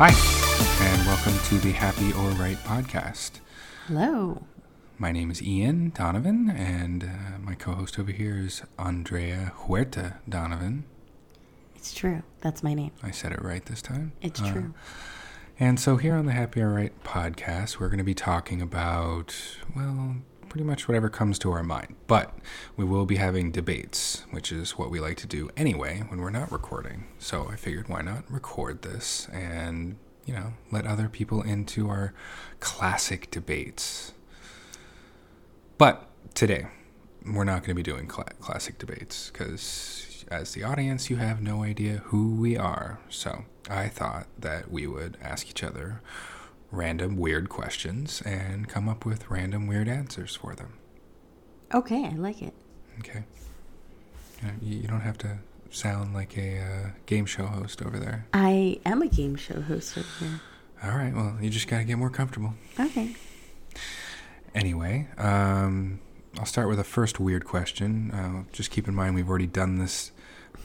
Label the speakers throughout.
Speaker 1: Hi, and welcome to the Happy or Right podcast.
Speaker 2: Hello.
Speaker 1: My name is Ian Donovan, and uh, my co host over here is Andrea Huerta Donovan.
Speaker 2: It's true. That's my name.
Speaker 1: I said it right this time.
Speaker 2: It's
Speaker 1: Uh,
Speaker 2: true.
Speaker 1: And so, here on the Happy or Right podcast, we're going to be talking about, well, pretty much whatever comes to our mind. But we will be having debates, which is what we like to do anyway when we're not recording. So, I figured why not record this and, you know, let other people into our classic debates. But today, we're not going to be doing cla classic debates because, as the audience, you have no idea who we are. So I thought that we would ask each other random weird questions and come up with random weird answers for them.
Speaker 2: Okay, I like it.
Speaker 1: Okay. You know, You you don't have to sound like a uh, game show host over there.
Speaker 2: I am a game show host over here.
Speaker 1: All right. Well, you just got to get more comfortable.
Speaker 2: Okay.
Speaker 1: Anyway, um, I'll start with a first weird question. Uh, just keep in mind we've already done this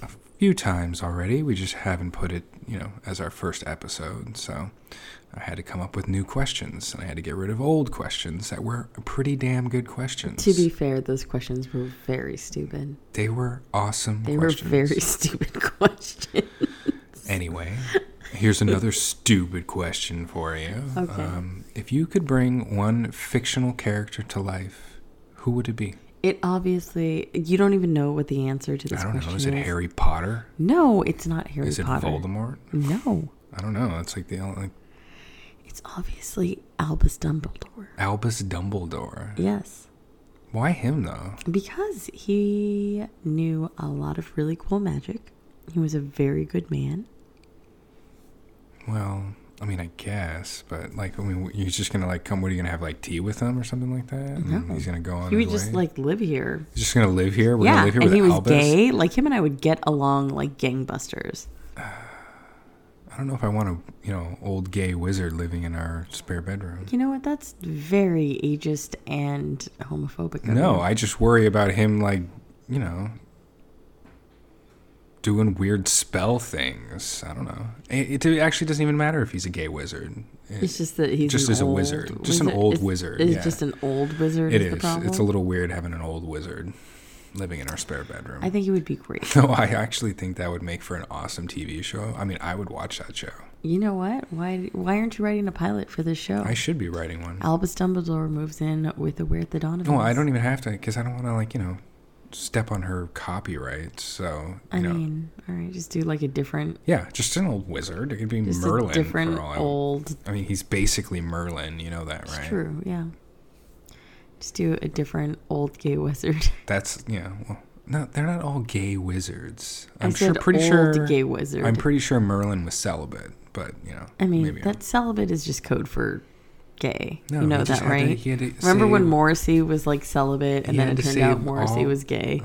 Speaker 1: a few times already. We just haven't put it, you know, as our first episode. So I had to come up with new questions, and I had to get rid of old questions that were pretty damn good questions.
Speaker 2: To be fair, those questions were very stupid.
Speaker 1: they were awesome.
Speaker 2: They
Speaker 1: questions.
Speaker 2: were very stupid questions.
Speaker 1: Anyway, here's another stupid question for you.
Speaker 2: Okay.
Speaker 1: Um, if you could bring one fictional character to life, who would it be?
Speaker 2: It obviously you don't even know what the answer to this
Speaker 1: I don't
Speaker 2: question
Speaker 1: know. Is it Harry Potter?
Speaker 2: No, it's not Harry
Speaker 1: Is it
Speaker 2: Potter.
Speaker 1: Voldemort?
Speaker 2: No.
Speaker 1: I don't know. That's like the only like
Speaker 2: It's obviously Albus Dumbledore.
Speaker 1: Albus Dumbledore.
Speaker 2: Yes.
Speaker 1: Why him though?
Speaker 2: Because he knew a lot of really cool magic. He was a very good man.
Speaker 1: Well, I mean, I guess, but like, I mean, you're just gonna like come. What are you gonna have like tea with him or something like that? And then
Speaker 2: No.
Speaker 1: He's gonna go on.
Speaker 2: He
Speaker 1: his
Speaker 2: would just
Speaker 1: way?
Speaker 2: like live here
Speaker 1: He's just gonna live here. We're
Speaker 2: yeah,
Speaker 1: gonna live here
Speaker 2: and
Speaker 1: with
Speaker 2: he was
Speaker 1: Albus.
Speaker 2: gay. Like him and I would get along like gangbusters.
Speaker 1: I don't know if I want a you know old gay wizard living in our spare bedroom.
Speaker 2: You know what? That's very ageist and homophobic. of
Speaker 1: No,
Speaker 2: you.
Speaker 1: I just worry about him like you know doing weird spell things. I don't know. It, it actually doesn't even matter if he's a gay wizard. It-
Speaker 2: it's just that he's
Speaker 1: just
Speaker 2: an
Speaker 1: as a
Speaker 2: old
Speaker 1: wizard. Just an old
Speaker 2: It's-
Speaker 1: wizard,
Speaker 2: It's
Speaker 1: yeah.
Speaker 2: just an old wizard.
Speaker 1: It
Speaker 2: is. The
Speaker 1: is.
Speaker 2: problem.
Speaker 1: It's a little weird having an old wizard living in our spare bedroom.
Speaker 2: I think he would be great.
Speaker 1: no, I actually think that would make for an awesome TV show. I mean, I would watch that show.
Speaker 2: You know what? Why? Why aren't you writing a pilot for this show?
Speaker 1: I should be writing one.
Speaker 2: Albus Dumbledore moves in with the Weird the Donovan.
Speaker 1: Well, I don't even have to because I don't want to, like, you know, step on her copyright. So, you
Speaker 2: I
Speaker 1: know.
Speaker 2: mean, all right, just do like a different,
Speaker 1: yeah, just an old wizard. It could be
Speaker 2: just
Speaker 1: Merlin.
Speaker 2: a different
Speaker 1: for all I,
Speaker 2: old.
Speaker 1: I mean, he's basically Merlin. You know that,
Speaker 2: It's
Speaker 1: right?
Speaker 2: true. Yeah. Just do a different old gay wizard.
Speaker 1: That's, yeah. Well, no, they're not all gay wizards.
Speaker 2: I
Speaker 1: I'm sure,
Speaker 2: said
Speaker 1: pretty
Speaker 2: old
Speaker 1: sure.
Speaker 2: gay wizard.
Speaker 1: I'm pretty sure Merlin was celibate, but, you know.
Speaker 2: I mean,
Speaker 1: maybe I'm-
Speaker 2: that celibate is just code for gay.
Speaker 1: No,
Speaker 2: you
Speaker 1: he
Speaker 2: know
Speaker 1: just
Speaker 2: that,
Speaker 1: had to-
Speaker 2: right?
Speaker 1: he had to
Speaker 2: Remember when
Speaker 1: save-
Speaker 2: Morrissey was like celibate and
Speaker 1: He
Speaker 2: then
Speaker 1: had
Speaker 2: it
Speaker 1: to
Speaker 2: turned out
Speaker 1: save
Speaker 2: Morrissey
Speaker 1: all-
Speaker 2: was gay?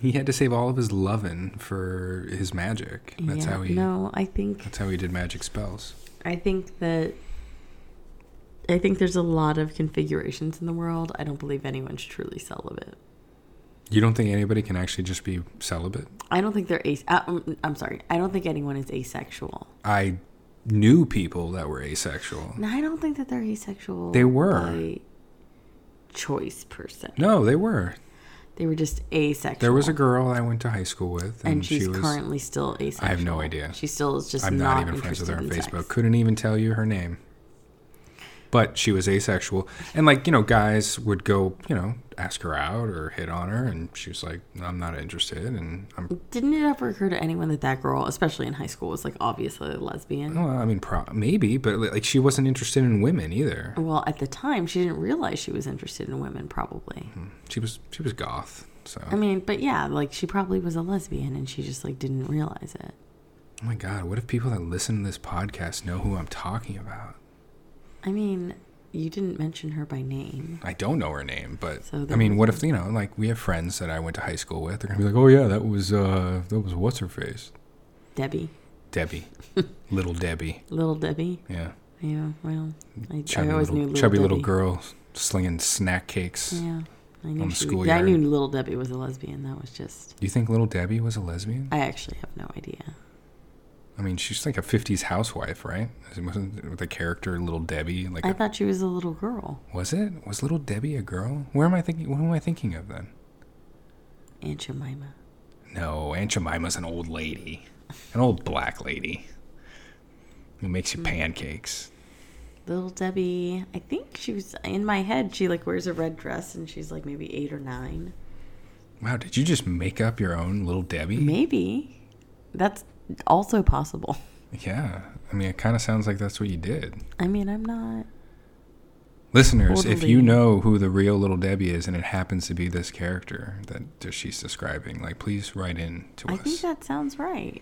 Speaker 1: He had to save all of his lovin' for his magic. That's
Speaker 2: Yeah.
Speaker 1: how he.
Speaker 2: No, I think
Speaker 1: That's how he did magic spells.
Speaker 2: I think that I think there's a lot of configurations in the world. I don't believe anyone's truly celibate.
Speaker 1: You don't think anybody can actually just be celibate?
Speaker 2: I don't think they're as uh, mm, I'm sorry. I don't think anyone is asexual.
Speaker 1: I knew people that were asexual.
Speaker 2: No, I don't think that they're asexual.
Speaker 1: They were.
Speaker 2: by choice per se.
Speaker 1: No, they were.
Speaker 2: They were just asexual.
Speaker 1: There was a girl I went to high school with, and,
Speaker 2: and she's
Speaker 1: Um, she was.
Speaker 2: currently still asexual.
Speaker 1: I have no idea.
Speaker 2: She still is just
Speaker 1: I'm not, even friends
Speaker 2: interested
Speaker 1: with her on
Speaker 2: in sex.
Speaker 1: Facebook. Couldn't even tell you her name. But she was asexual, and like you know, guys would go, you know, ask her out or hit on her, and she was like, "I'm not interested," and I'm
Speaker 2: Didn't it ever occur to anyone that that girl, especially in high school, was like obviously a lesbian?
Speaker 1: Well, I mean, pro- maybe, but like she wasn't interested in women either.
Speaker 2: Well, at the time, she didn't realize she was interested in women, probably.
Speaker 1: She was she was goth. So,
Speaker 2: I mean, but yeah, like she probably was a lesbian and she just like didn't realize it.
Speaker 1: oh my god, what if people that listen to this podcast know who I'm talking about?
Speaker 2: I mean, you didn't mention her by name.
Speaker 1: I don't know her name, but
Speaker 2: So
Speaker 1: I
Speaker 2: there
Speaker 1: mean, what if you know, like we have friends that I went to high school with. They're gonna be like, oh yeah, that was uh, that was what's her face,
Speaker 2: Debbie.
Speaker 1: Debbie, little Debbie,
Speaker 2: Little Debbie.
Speaker 1: yeah,
Speaker 2: Yeah, well, I,
Speaker 1: chubby
Speaker 2: I always
Speaker 1: little
Speaker 2: knew little
Speaker 1: chubby
Speaker 2: Debbie.
Speaker 1: little girl slinging snack cakes.
Speaker 2: Yeah, I
Speaker 1: on
Speaker 2: knew,
Speaker 1: the
Speaker 2: she was, I
Speaker 1: schoolyard.
Speaker 2: knew little Debbie was a lesbian. That was just.
Speaker 1: Do you think little Debbie was a lesbian?
Speaker 2: I actually have no idea.
Speaker 1: I mean, she's like a 50s housewife, right? Wasn't the character Little Debbie like?
Speaker 2: I
Speaker 1: A,
Speaker 2: thought she was a little girl,
Speaker 1: was it? Was Little Debbie a girl? Where am I thinking? What am I thinking of then?
Speaker 2: Aunt Jemima.
Speaker 1: No, Aunt Jemima's an old lady, an old black lady who makes
Speaker 2: Hmm.
Speaker 1: you pancakes.
Speaker 2: Little Debbie, I think she was in my head. She like wears a red dress and she's like maybe eight or nine,
Speaker 1: Wow, did you just make up your own Little Debbie?
Speaker 2: maybe. That's also possible.
Speaker 1: Yeah, I mean, it kind of sounds like that's what you did.
Speaker 2: I mean, I'm not.
Speaker 1: Listeners, if you
Speaker 2: Totally.
Speaker 1: know who the real Little Debbie is and it happens to be this character that that she's describing, like please write in to
Speaker 2: I
Speaker 1: us.
Speaker 2: think that sounds right.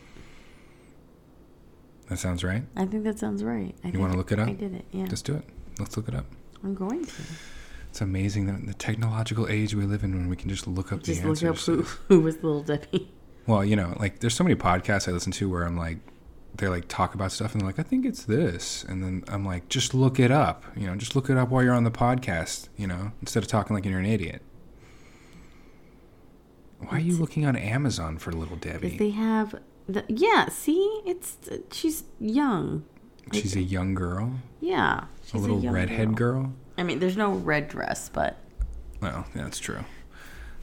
Speaker 1: That sounds right.
Speaker 2: I think that sounds right. I
Speaker 1: You want to look it up?
Speaker 2: I did it. Yeah,
Speaker 1: Just do it. Let's look it up.
Speaker 2: I'm going to
Speaker 1: It's amazing that the technological age we live in when we can just look up
Speaker 2: just
Speaker 1: the
Speaker 2: look
Speaker 1: answers.
Speaker 2: up who,
Speaker 1: to-
Speaker 2: who was Little Debbie.
Speaker 1: Well, you know, like there's so many podcasts I listen to where I'm like, they like talk about stuff and they're like, I think it's this, and then I'm like, just look it up, you know, just look it up while you're on the podcast, you know, instead of talking like you're an idiot. Why are you looking on Amazon for Little
Speaker 2: Because
Speaker 1: Debbie?
Speaker 2: they have the yeah. See, it's she's young.
Speaker 1: She's a young girl,
Speaker 2: Yeah, she's
Speaker 1: a little
Speaker 2: young
Speaker 1: redhead girl.
Speaker 2: I mean, there's no red dress, but
Speaker 1: Well, that's true.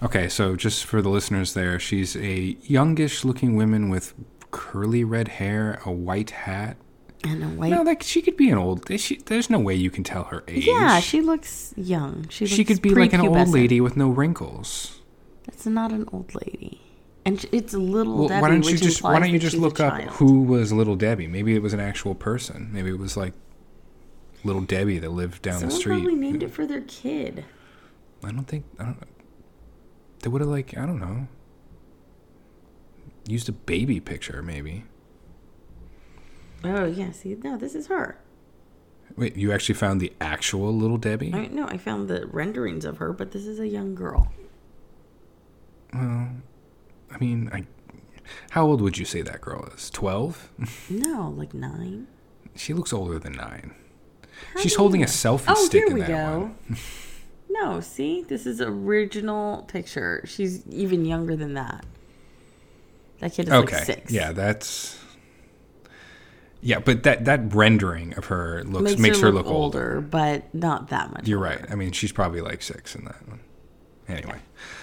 Speaker 1: Okay, so just for the listeners there, she's a youngish looking woman with curly red hair, a white hat.
Speaker 2: and a white.
Speaker 1: No, like she could be an old. She, there's no way you can tell her age.
Speaker 2: yeah, she looks young. She looks
Speaker 1: she could be like an old
Speaker 2: prepubescent.
Speaker 1: lady with no wrinkles.
Speaker 2: That's not an old lady, and sh- it's little
Speaker 1: Well,
Speaker 2: Debbie.
Speaker 1: why don't
Speaker 2: which
Speaker 1: you just why
Speaker 2: implies
Speaker 1: don't you
Speaker 2: that
Speaker 1: just
Speaker 2: she's a
Speaker 1: look up
Speaker 2: child.
Speaker 1: who was Little Debbie? Maybe it was an actual person. Maybe it was like Little Debbie that lived down the
Speaker 2: Someone
Speaker 1: street.
Speaker 2: probably named it for their kid.
Speaker 1: I don't think I don't. They would have like I don't know. Used a baby picture maybe.
Speaker 2: Oh yeah, see, no, this is her.
Speaker 1: Wait, you actually found the actual Little Debbie?
Speaker 2: I no, I found the renderings of her, but this is a young girl.
Speaker 1: I mean, I. How old would you say that girl is? Twelve?
Speaker 2: No, like nine.
Speaker 1: She looks older than nine. She's holding a selfie
Speaker 2: Oh,
Speaker 1: stick
Speaker 2: here
Speaker 1: in
Speaker 2: we
Speaker 1: that
Speaker 2: go.
Speaker 1: one.
Speaker 2: no, see, this is original picture. She's even younger than that. That kid is
Speaker 1: Okay.
Speaker 2: like six.
Speaker 1: Yeah, that's. Yeah, but that that rendering of her looks makes,
Speaker 2: makes,
Speaker 1: her, look, older.
Speaker 2: older, but not that much.
Speaker 1: You're right. I mean, she's probably like six in that one. Anyway,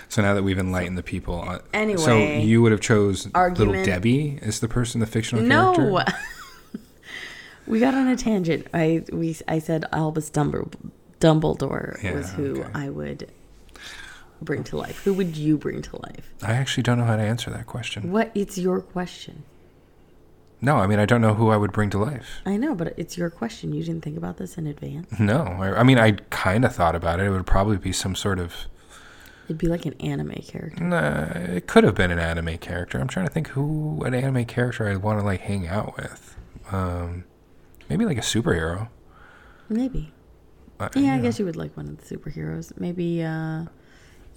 Speaker 1: so now that we've enlightened the people, on, so
Speaker 2: Anyway.
Speaker 1: you would have chose little
Speaker 2: Argument.
Speaker 1: Debbie as the person, the fictional character.
Speaker 2: No. we got on a tangent. I we I said Albus Dumbledore, Dumbledore
Speaker 1: Yeah,
Speaker 2: was who
Speaker 1: okay.
Speaker 2: I would bring to life. Who would you bring to life?
Speaker 1: I actually don't know how to answer that question.
Speaker 2: What it's your question.
Speaker 1: No, I mean I don't know who I would bring to life.
Speaker 2: I know, but it's your question. You didn't think about this in advance.
Speaker 1: No, I, I mean, I kind of thought about it. It would probably be some sort of.
Speaker 2: It'd be like an anime character.
Speaker 1: Nah, it could have been an anime character. I'm trying to think who an anime character I'd want to like hang out with. Um, maybe like a superhero. Uh,
Speaker 2: Maybe.
Speaker 1: I-
Speaker 2: Yeah, I guess you would like one of the superheroes. Maybe uh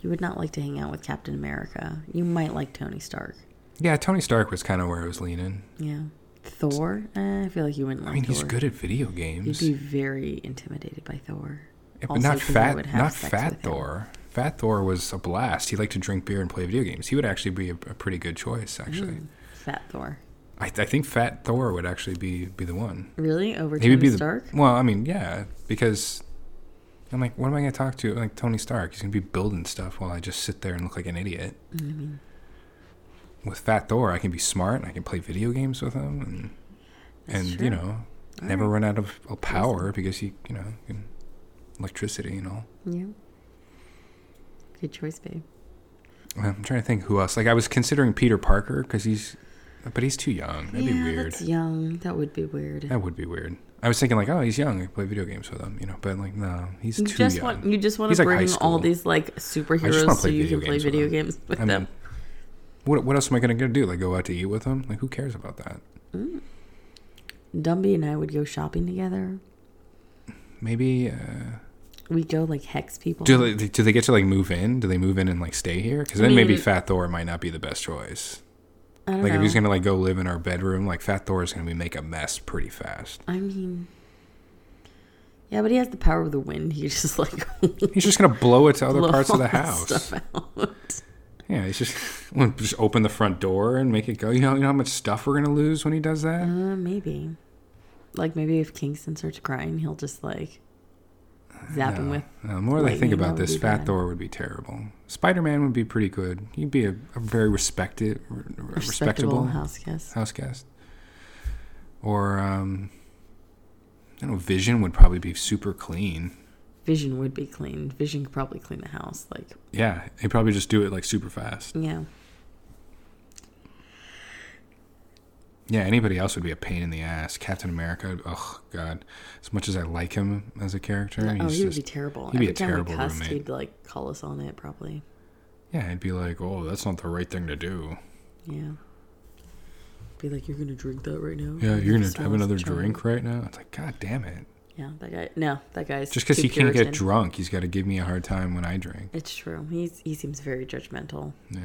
Speaker 2: you would not like to hang out with Captain America. You might like Tony Stark.
Speaker 1: Yeah, Tony Stark was kind of where I was leaning.
Speaker 2: Yeah. Thor? Eh, I feel like you wouldn't like
Speaker 1: I mean, he's
Speaker 2: Thor.
Speaker 1: good at video
Speaker 2: You'd
Speaker 1: games,
Speaker 2: be very intimidated by Thor.
Speaker 1: Yeah, but
Speaker 2: Also,
Speaker 1: not
Speaker 2: 'cause I would
Speaker 1: fat.
Speaker 2: have
Speaker 1: Not
Speaker 2: sex with
Speaker 1: fat
Speaker 2: him.
Speaker 1: Thor. Fat Thor was a blast. He liked to drink beer and play video games. He would actually be a, a pretty good choice, actually.
Speaker 2: Hmm. Fat Thor.
Speaker 1: I, I think Fat Thor would actually be be the one.
Speaker 2: Really? Over
Speaker 1: He would
Speaker 2: Tony
Speaker 1: be the
Speaker 2: Stark?
Speaker 1: well. I mean, yeah, because I'm like, what am I going to talk to? Like Tony Stark, he's going to be building stuff while I just sit there and look like an idiot.
Speaker 2: Mm-hmm.
Speaker 1: With Fat Thor, I can be smart and I can play video games with him, and
Speaker 2: That's
Speaker 1: and
Speaker 2: true.
Speaker 1: you know, never run out of of power because he, you know, can, electricity and all.
Speaker 2: Yeah. Good choice, babe.
Speaker 1: I'm trying to think who else. Like I was considering Peter Parker because he's, but he's too young. That'd
Speaker 2: yeah,
Speaker 1: be weird.
Speaker 2: That's young. That would be weird.
Speaker 1: That would be weird. I was thinking like, oh, he's young. I play video games with him, you know. But like, no, he's
Speaker 2: you
Speaker 1: too
Speaker 2: just
Speaker 1: young.
Speaker 2: want you just want
Speaker 1: He's,
Speaker 2: to
Speaker 1: like, high
Speaker 2: bring all
Speaker 1: school.
Speaker 2: these like
Speaker 1: wanna
Speaker 2: superheroes so
Speaker 1: play
Speaker 2: you
Speaker 1: video
Speaker 2: can play
Speaker 1: games with
Speaker 2: video
Speaker 1: them.
Speaker 2: games with
Speaker 1: I
Speaker 2: them.
Speaker 1: mean, what what else am I gonna go do? Like go out to eat with them? Like who cares about that?
Speaker 2: Dumby and I would go shopping together.
Speaker 1: Maybe uh,
Speaker 2: We'd go like hex people.
Speaker 1: do they do they get to like move in? Do they move in and like stay here? Because then maybe
Speaker 2: mean-
Speaker 1: Fat Thor might not be the best choice.
Speaker 2: I don't
Speaker 1: Like
Speaker 2: know.
Speaker 1: if he's gonna like go live in our bedroom, like Fat Thor is gonna be make a mess pretty fast.
Speaker 2: I mean Yeah, but he has the power of the wind. He just like
Speaker 1: He's just gonna blow it to other
Speaker 2: blow
Speaker 1: parts of
Speaker 2: all
Speaker 1: the
Speaker 2: that
Speaker 1: house.
Speaker 2: stuff out.
Speaker 1: Yeah, he's just just open the front door and make it go. You know, you know how much stuff we're gonna lose when he does that.
Speaker 2: Uh, maybe. Like maybe if Kingston starts crying, he'll just like zap him
Speaker 1: No.
Speaker 2: with.
Speaker 1: No, the more that I think
Speaker 2: lightning, that
Speaker 1: about
Speaker 2: would
Speaker 1: this,
Speaker 2: be
Speaker 1: Fat
Speaker 2: bad.
Speaker 1: Thor would be terrible. Spider Man would be pretty good. He'd be a, a very respected, re-
Speaker 2: a
Speaker 1: respectable,
Speaker 2: Respectable house guest.
Speaker 1: house guest. Or um, I don't know. Vision would probably be super clean.
Speaker 2: Vision would be clean. Vision could probably clean the house. Like,
Speaker 1: Yeah, he'd probably just do it like super fast.
Speaker 2: yeah.
Speaker 1: Yeah, anybody else would be a pain in the ass. Captain America. Oh God, as much as I like him as a character,
Speaker 2: oh,
Speaker 1: he's
Speaker 2: he would
Speaker 1: just
Speaker 2: be terrible.
Speaker 1: he'd be a
Speaker 2: Every time
Speaker 1: terrible
Speaker 2: we cussed,
Speaker 1: roommate.
Speaker 2: he'd like call us on it probably.
Speaker 1: yeah. I'd be like, oh, that's not the right thing to do.
Speaker 2: Yeah. Be like, you're gonna drink that right now.
Speaker 1: Yeah,
Speaker 2: Like,
Speaker 1: you're gonna
Speaker 2: just
Speaker 1: have
Speaker 2: lost
Speaker 1: another
Speaker 2: the charm.
Speaker 1: drink right now. It's like, God damn it.
Speaker 2: Yeah, that guy. No, that guy's
Speaker 1: Just because
Speaker 2: too
Speaker 1: he can't get
Speaker 2: Puritan.
Speaker 1: drunk, he's got to give me a hard time when I drink.
Speaker 2: It's true. He's he seems very judgmental.
Speaker 1: Yeah.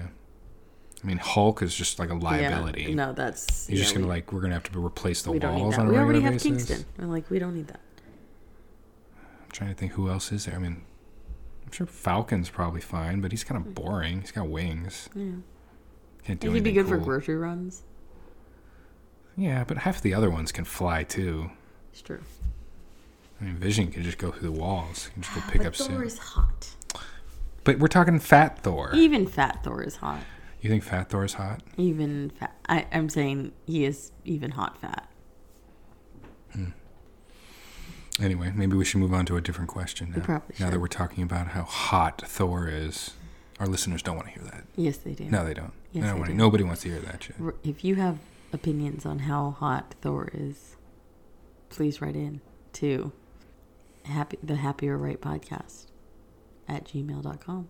Speaker 1: I mean, Hulk is just like a liability.
Speaker 2: Yeah, no, that's.
Speaker 1: He's
Speaker 2: yeah,
Speaker 1: just going to
Speaker 2: we-
Speaker 1: like, we're going to have to replace the
Speaker 2: we don't need
Speaker 1: walls
Speaker 2: that.
Speaker 1: on a
Speaker 2: we
Speaker 1: regular
Speaker 2: already have
Speaker 1: basis.
Speaker 2: Kingston. We're like, we don't need that.
Speaker 1: I'm trying to think who else is there. I mean, I'm sure Falcon's probably fine, but he's kind of boring. He's got wings.
Speaker 2: Yeah.
Speaker 1: Can't do
Speaker 2: Hmm. He'd be
Speaker 1: anything
Speaker 2: good for
Speaker 1: cool.
Speaker 2: grocery runs.
Speaker 1: Yeah, but half the other ones can fly too.
Speaker 2: It's true.
Speaker 1: I mean, Vision can just go through the walls. He can just go pick
Speaker 2: but
Speaker 1: up
Speaker 2: Thor
Speaker 1: suit.
Speaker 2: is hot.
Speaker 1: But we're talking Fat Thor.
Speaker 2: Even Fat Thor is hot.
Speaker 1: You think Fat Thor is hot?
Speaker 2: Even fat. I, I'm saying he is even hot fat.
Speaker 1: Anyway, maybe we should move on to a different question now.
Speaker 2: probably
Speaker 1: now that
Speaker 2: should.
Speaker 1: we're talking about how hot Thor is, our listeners don't want to hear that.
Speaker 2: Yes, they do.
Speaker 1: No, they don't. They don't
Speaker 2: Yes, they
Speaker 1: want to-
Speaker 2: do.
Speaker 1: nobody wants to hear that shit.
Speaker 2: R- If you have opinions on how hot Thor is, please write in to happy the Happier Right podcast at gmail.com.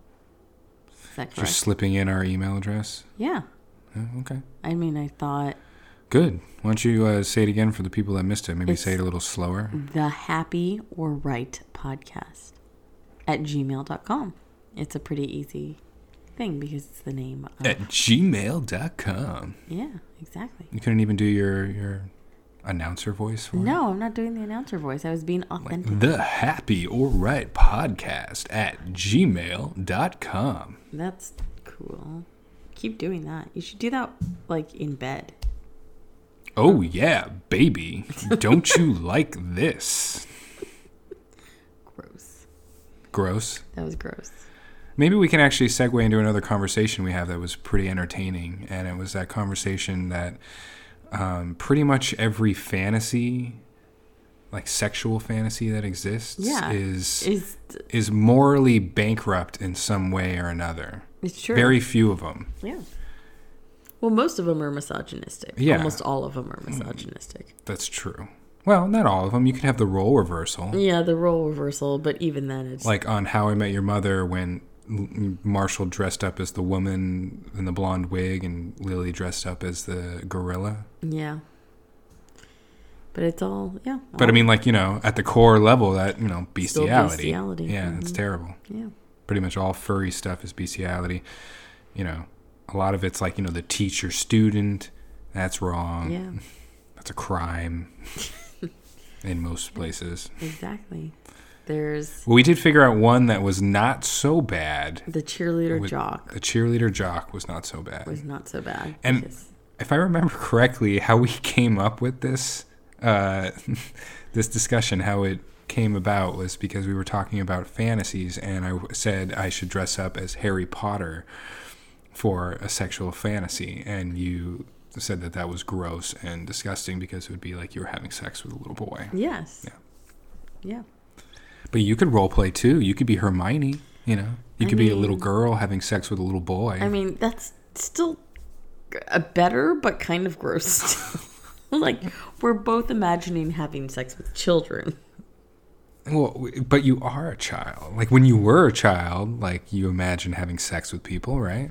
Speaker 2: Is that correct?
Speaker 1: Just slipping in our email address.
Speaker 2: yeah.
Speaker 1: Yeah, okay,
Speaker 2: I mean, I thought
Speaker 1: good. Why don't you uh, say it again for the people that missed it? Maybe say it
Speaker 2: It's-
Speaker 1: a little slower.
Speaker 2: the happy or right podcast at gmail.com. It's a pretty easy thing because it's the name of.
Speaker 1: At gmail.com.
Speaker 2: Yeah, exactly.
Speaker 1: You couldn't even do your your announcer voice for it.
Speaker 2: No, I'm not doing the announcer voice. I was being authentic.
Speaker 1: The Happy or Right Podcast at gmail.com.
Speaker 2: That's cool. Keep doing that. You should do that like in bed.
Speaker 1: Oh, yeah, baby. Don't you like this?
Speaker 2: Gross.
Speaker 1: Gross.
Speaker 2: That was gross.
Speaker 1: Maybe we can actually segue into another conversation we have that was pretty entertaining. And it was that conversation that um, pretty much every fantasy, like sexual fantasy that exists,
Speaker 2: Yeah.
Speaker 1: is,
Speaker 2: Is
Speaker 1: is morally bankrupt in some way or another.
Speaker 2: it's true.
Speaker 1: Very few of them.
Speaker 2: yeah. Well, most of them are misogynistic.
Speaker 1: Yeah.
Speaker 2: Almost all of them are misogynistic.
Speaker 1: That's true. Well, not all of them. You can have the role reversal.
Speaker 2: Yeah, the role reversal, but even then, it's
Speaker 1: like on How I Met Your Mother when L- Marshall dressed up as the woman in the blonde wig and Lily dressed up as the gorilla.
Speaker 2: yeah. But it's all yeah.
Speaker 1: But I
Speaker 2: all-
Speaker 1: mean, like you know, at the core level, that you know,
Speaker 2: Still
Speaker 1: bestiality.
Speaker 2: bestiality, Mm-hmm.
Speaker 1: Yeah, it's terrible.
Speaker 2: yeah,
Speaker 1: Pretty much all furry stuff is bestiality. You know, a lot of it's like you know the teacher student. That's wrong.
Speaker 2: yeah,
Speaker 1: That's a crime. in most places.
Speaker 2: exactly. There's
Speaker 1: Well, we did figure out one that was not so bad.
Speaker 2: the cheerleader
Speaker 1: With-
Speaker 2: jock
Speaker 1: The cheerleader jock was not so bad.
Speaker 2: was not so bad.
Speaker 1: And-
Speaker 2: because-
Speaker 1: if I remember correctly, how we came up with this uh, this discussion, how it came about, was because we were talking about fantasies, and I w- said I should dress up as Harry Potter for a sexual fantasy, and you said that that was gross and disgusting because it would be like you were having sex with a little boy.
Speaker 2: yes,
Speaker 1: Yeah.
Speaker 2: yeah.
Speaker 1: But you could role play too. You could be Hermione. You know, you
Speaker 2: I
Speaker 1: could be a little
Speaker 2: mean-
Speaker 1: girl having sex with a little boy.
Speaker 2: I mean, that's still a better, but kind of gross. still. like we're both imagining having sex with children.
Speaker 1: Well, w- but you are a child. Like when you were a child, like you imagine having sex with people, right?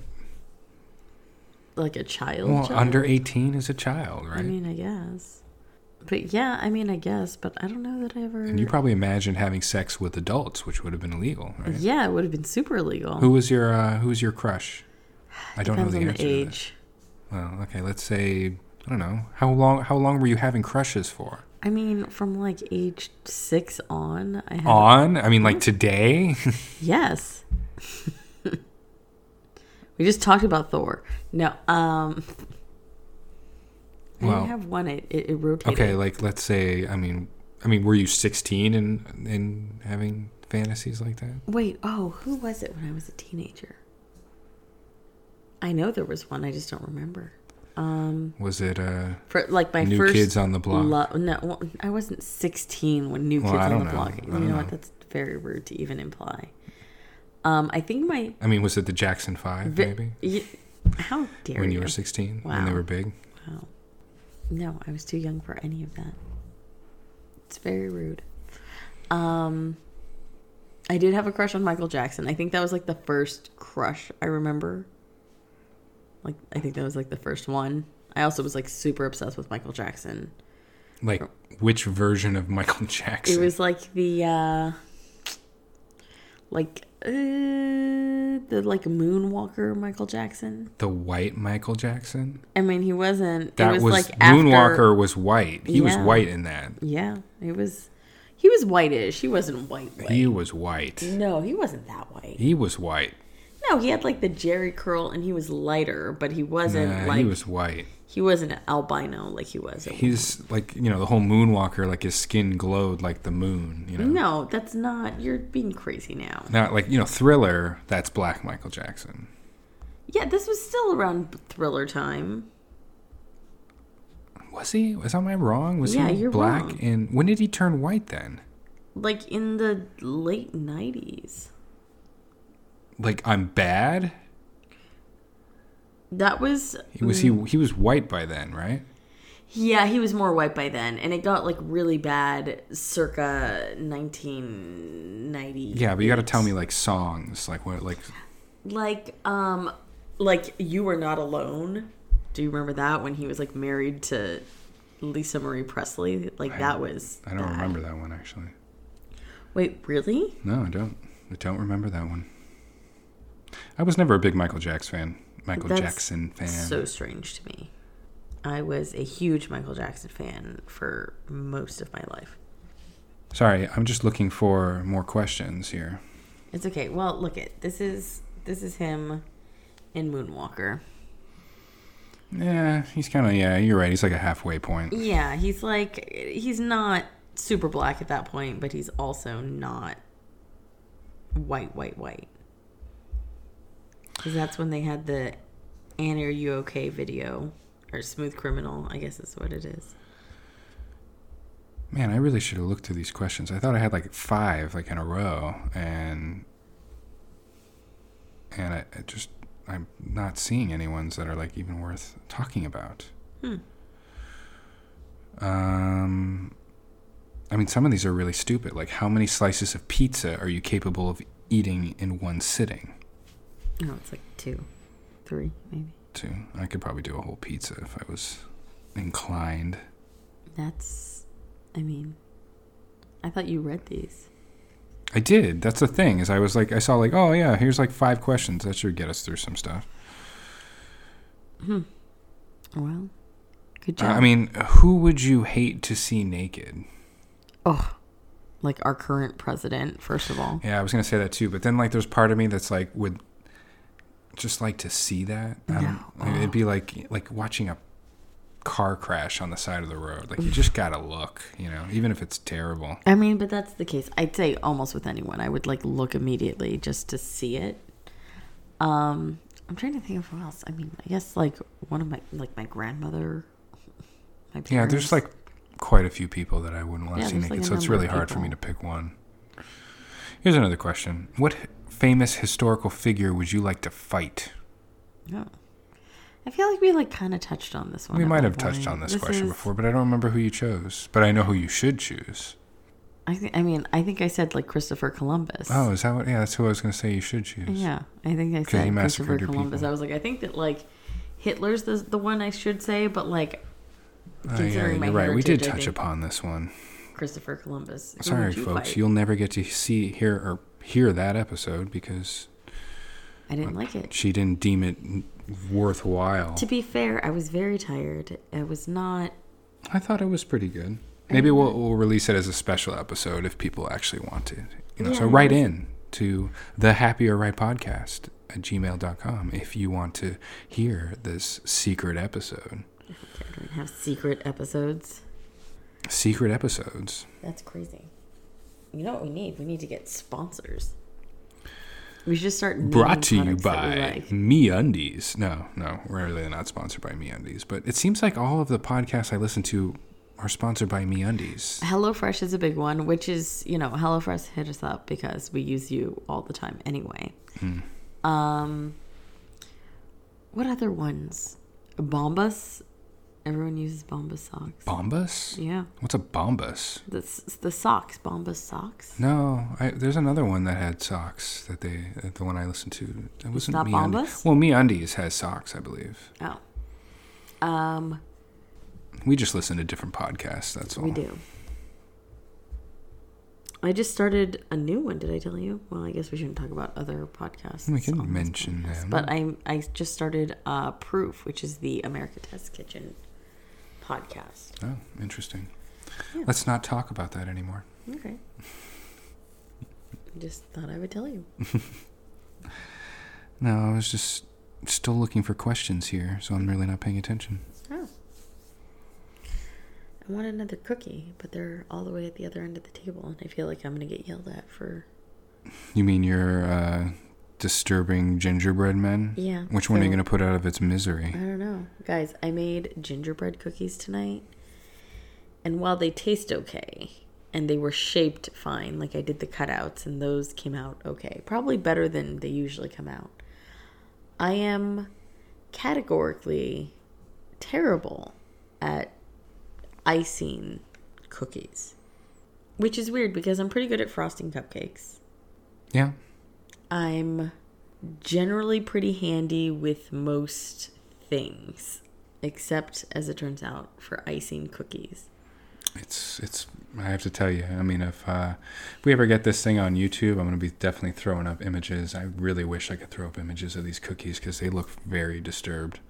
Speaker 2: Like a child.
Speaker 1: Well,
Speaker 2: child.
Speaker 1: under 18 is a child, right?
Speaker 2: I mean, I guess. But yeah, I mean, I guess. But I don't know that I ever.
Speaker 1: and you probably imagined having sex with adults, which would have been illegal, right?
Speaker 2: yeah, it would have been super illegal.
Speaker 1: Who was your uh, who was your crush? I don't know
Speaker 2: Depends
Speaker 1: the
Speaker 2: on
Speaker 1: answer.
Speaker 2: the
Speaker 1: to this.
Speaker 2: age.
Speaker 1: Well, okay, let's say I don't know. How long how long were you having crushes for?
Speaker 2: I mean, from like age six on, I had. Mm-hmm.
Speaker 1: On? I mean like today?
Speaker 2: Yes. We just talked about Thor. No, um, I
Speaker 1: Well-
Speaker 2: didn't have one. It it, it rotated.
Speaker 1: Okay, like let's say, I mean, I mean, were you 16 and and having fantasies like that?
Speaker 2: Wait. Oh, who was it when I was a teenager? I know there was one. I just don't remember. Um,
Speaker 1: Was it uh
Speaker 2: for like my
Speaker 1: New
Speaker 2: first
Speaker 1: Kids on the Block?
Speaker 2: Lo- no, well, I wasn't 16 when New
Speaker 1: Well,
Speaker 2: Kids
Speaker 1: I
Speaker 2: on
Speaker 1: don't
Speaker 2: the
Speaker 1: know.
Speaker 2: Block.
Speaker 1: I
Speaker 2: You know,
Speaker 1: don't
Speaker 2: what?
Speaker 1: know.
Speaker 2: That's very rude to even imply. Um, I think my
Speaker 1: I mean, was it the Jackson 5
Speaker 2: vi-
Speaker 1: maybe?
Speaker 2: y- how dare
Speaker 1: When
Speaker 2: you?
Speaker 1: you were 16, when
Speaker 2: Wow.
Speaker 1: they were big?
Speaker 2: Wow. No, I was too young for any of that. It's very rude. Um I did have a crush on Michael Jackson. I think that was like the first crush I remember. Like I think that was like the first one. I also was like super obsessed with Michael Jackson.
Speaker 1: Like which version of Michael Jackson?
Speaker 2: Oh. It was like the uh like uh, the like moonwalker Michael Jackson.
Speaker 1: the white Michael Jackson?
Speaker 2: I mean, he wasn't.
Speaker 1: That
Speaker 2: it was,
Speaker 1: was,
Speaker 2: like
Speaker 1: Moonwalker
Speaker 2: after,
Speaker 1: was white. He was
Speaker 2: Yeah.
Speaker 1: white in that.
Speaker 2: Yeah, he was. He was whitish. He wasn't white. white.
Speaker 1: He was white.
Speaker 2: no, he wasn't that white.
Speaker 1: He was white.
Speaker 2: No, he had like the Jerry curl, and he was lighter, but he wasn't
Speaker 1: Nah,
Speaker 2: like
Speaker 1: he
Speaker 2: he,
Speaker 1: was white.
Speaker 2: was, not albino like he was. at one-
Speaker 1: He's like you know the whole Moonwalker. Like his skin glowed like the moon. You know,
Speaker 2: no, that's not. You're being crazy now.
Speaker 1: not like you know Thriller. That's black Michael Jackson.
Speaker 2: Yeah, this was still around Thriller time.
Speaker 1: Was he? Was am I wrong? Was
Speaker 2: Yeah,
Speaker 1: he
Speaker 2: you're
Speaker 1: black?
Speaker 2: wrong.
Speaker 1: And when did he turn white then?
Speaker 2: Like in the late '90s.
Speaker 1: Like I'm bad.
Speaker 2: That was
Speaker 1: He was he he was white by then, right?
Speaker 2: yeah. He was more white by then, and it got like really bad circa 1990.
Speaker 1: Yeah, but you got to tell me like songs, like what, like
Speaker 2: like um like you were not alone do you remember that when he was like married to lisa marie presley like that was
Speaker 1: I don't remember that one actually.
Speaker 2: wait really
Speaker 1: No, I don't. I don't remember that one. I was never a big Michael Jackson fan. Michael
Speaker 2: That's
Speaker 1: Jackson fan.
Speaker 2: so strange to me i was a huge michael jackson fan for most of my life
Speaker 1: Sorry, I'm just looking for more questions here.
Speaker 2: it's okay well look at this is this is him in moonwalker
Speaker 1: Yeah, he's kind of yeah. You're right. He's like a halfway point.
Speaker 2: yeah he's like he's not super black at that point but he's also not white white white because that's when they had the annie are you okay video or smooth criminal i guess is what it is
Speaker 1: Man, I really should have looked through these questions. I thought I had like five like in a row, and and I, I just I'm not seeing any ones that are like even worth talking about.
Speaker 2: Hmm.
Speaker 1: Um, I mean, some of these are really stupid. Like, how many slices of pizza are you capable of eating in one sitting?
Speaker 2: oh it's like two three maybe
Speaker 1: Two. I could probably do a whole pizza if I was inclined.
Speaker 2: that's i mean i thought you read these
Speaker 1: I did. That's the thing. Is I was like, I saw like, oh yeah, here's like five questions that should get us through some stuff.
Speaker 2: Hmm. well good
Speaker 1: Uh,
Speaker 2: job
Speaker 1: I mean, who would you hate to see naked?
Speaker 2: oh like our current president first of all
Speaker 1: Yeah, I was gonna say that too, but then like, there's part of me that's like, would just like to see that. I don't,
Speaker 2: No.
Speaker 1: I mean, it'd be like like watching a car crash on the side of the road. Like you just gotta look, you know, even if it's terrible.
Speaker 2: I mean, but that's the case. I'd say almost with anyone. I would like look immediately just to see it. Um, I'm trying to think of who else. I mean, I guess like one of my like my grandmother. My
Speaker 1: Yeah, there's
Speaker 2: parents.
Speaker 1: like quite a few people that I wouldn't want
Speaker 2: Yeah,
Speaker 1: to see
Speaker 2: there's, like,
Speaker 1: naked,
Speaker 2: a
Speaker 1: so it's
Speaker 2: number of
Speaker 1: really hard for me to
Speaker 2: people.
Speaker 1: pick one. Here's another question: What h- famous historical figure would you like to fight?
Speaker 2: Oh. I feel like we like kind of touched on this one.
Speaker 1: We
Speaker 2: at
Speaker 1: might
Speaker 2: one
Speaker 1: have touched
Speaker 2: point.
Speaker 1: on this, question
Speaker 2: is-
Speaker 1: before, but I don't remember who you chose. But I know who you should choose.
Speaker 2: I thi- I mean, I think I said like Christopher Columbus.
Speaker 1: Oh, is that what? Yeah, that's who I was going to say you should choose.
Speaker 2: Yeah, I think I
Speaker 1: he
Speaker 2: said Christopher
Speaker 1: massacred your
Speaker 2: Columbus.
Speaker 1: people.
Speaker 2: I was like, I think that like Hitler's the the one I should say, but like
Speaker 1: Oh,
Speaker 2: Considering
Speaker 1: yeah, you're
Speaker 2: my
Speaker 1: right. We did
Speaker 2: heritage, I
Speaker 1: touch
Speaker 2: think.
Speaker 1: upon this one.
Speaker 2: Christopher Columbus. Who
Speaker 1: Sorry,
Speaker 2: would you
Speaker 1: folks,
Speaker 2: fight?
Speaker 1: you'll never get to see, hear, or hear that episode because
Speaker 2: I didn't like it.
Speaker 1: she didn't deem it worthwhile.
Speaker 2: To be fair, I was very tired. I was not.
Speaker 1: I thought it was pretty good. Maybe we'll, we'll release it as a special episode if people actually want it. You know, so
Speaker 2: Yeah,
Speaker 1: write
Speaker 2: it
Speaker 1: in to the Happier Right podcast at at gmail.com if you want to hear this secret episode.
Speaker 2: I don't have secret episodes.
Speaker 1: Secret episodes.
Speaker 2: That's crazy. You know what we need? We need to get sponsors. We should just start naming
Speaker 1: Brought to you
Speaker 2: products that we
Speaker 1: by
Speaker 2: like.
Speaker 1: Me Undies. No, no, we're really not sponsored by Me Undies, but it seems like all of the podcasts I listen to are sponsored by Me Undies.
Speaker 2: HelloFresh is a big one, which is, you know, HelloFresh hit us up because we use you all the time anyway.
Speaker 1: Hmm.
Speaker 2: Um, what other ones? Bombas. Everyone uses Bombas socks.
Speaker 1: Bombas?
Speaker 2: yeah.
Speaker 1: What's a Bombas?
Speaker 2: That's the socks, Bombas socks.
Speaker 1: No, I, there's another one that had socks that they, uh, the one I listened to. It wasn't
Speaker 2: not
Speaker 1: Me Undi-
Speaker 2: Bombas?
Speaker 1: Well, Me Undies has socks, I believe.
Speaker 2: Oh. Um,
Speaker 1: We just listen to different podcasts, that's all.
Speaker 2: we do. I just started a new one. Did I tell you? Well, I guess we shouldn't talk about other podcasts.
Speaker 1: We can
Speaker 2: on this
Speaker 1: mention
Speaker 2: podcast,
Speaker 1: them.
Speaker 2: But I I just started uh, Proof, which is the America Test Kitchen podcast.
Speaker 1: Oh, interesting.
Speaker 2: Yeah.
Speaker 1: Let's not talk about that anymore.
Speaker 2: Okay. I just thought I would tell you.
Speaker 1: No, I was just still looking for questions here, so I'm really not paying attention.
Speaker 2: Oh. I want another cookie, but they're all the way at the other end of the table, and I feel like I'm gonna get yelled at for.
Speaker 1: You mean you're uh, disturbing gingerbread men?
Speaker 2: Yeah,
Speaker 1: Which one are you
Speaker 2: so- Uh,
Speaker 1: going to put out of its
Speaker 2: I
Speaker 1: misery?
Speaker 2: don't know, guys. I made gingerbread cookies tonight, and while they taste okay, and they were shaped fine, like I did the cutouts, and those came out okay, probably better than they usually come out. I am categorically terrible at icing cookies, which is weird because I'm pretty good at frosting cupcakes.
Speaker 1: Yeah.
Speaker 2: I'm generally pretty handy with most things, except as it turns out for icing cookies.
Speaker 1: It's, it's, I have to tell you, I mean, if, uh, if we ever get this thing on YouTube, I'm going to be definitely throwing up images. I really wish I could throw up images of these cookies because they look very disturbed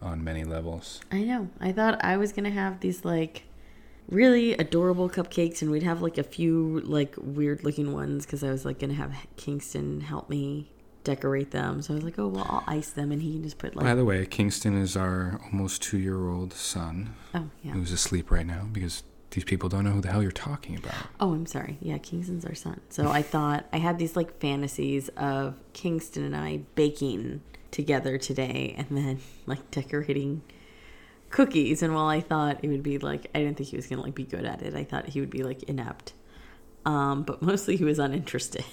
Speaker 1: on many levels.
Speaker 2: I know. I thought I was going to have these like really adorable cupcakes and we'd have like a few like weird looking ones cuz I was like going to have Kingston help me decorate them. So I was like, "Oh, well, I'll ice them and he can just put like
Speaker 1: By the way, Kingston is our almost two year old son
Speaker 2: Oh, yeah.
Speaker 1: who's asleep right now because these people don't know who the hell you're talking about.
Speaker 2: Oh, I'm sorry. Yeah, Kingston's our son. So I thought I had these like fantasies of Kingston and I baking together today and then like decorating cookies. And while I thought it would be like, I didn't think he was going to like be good at it, I thought he would be like inept. Um, but mostly he was uninterested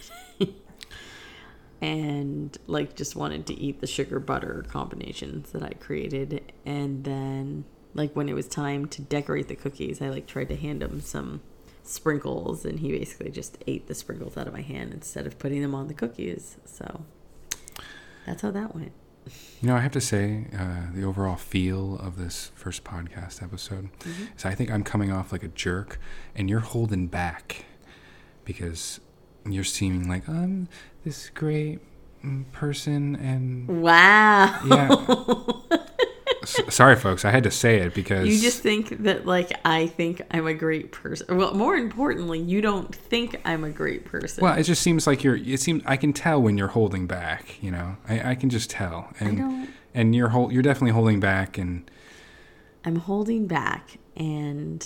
Speaker 2: and like just wanted to eat the sugar butter combinations that I created. And then like when it was time to decorate the cookies, I like tried to hand him some sprinkles and he basically just ate the sprinkles out of my hand instead of putting them on the cookies. So that's how that went.
Speaker 1: You know, I have to say, uh, the overall feel of this first podcast episode
Speaker 2: Mm-hmm.
Speaker 1: is I think I'm coming off like a jerk, and you're holding back because you're seeming like I'm this great mm, person, and
Speaker 2: Wow.
Speaker 1: yeah. S- sorry, folks, I had to say it because
Speaker 2: You just think that, like, I think I'm a great person. Well, more importantly, you don't think I'm a great person.
Speaker 1: Well, it just seems like you're. It seems I can tell when you're holding back. You know, I, I can just tell, and
Speaker 2: don't-
Speaker 1: and you're hol- you're definitely holding back, and
Speaker 2: I'm holding back, and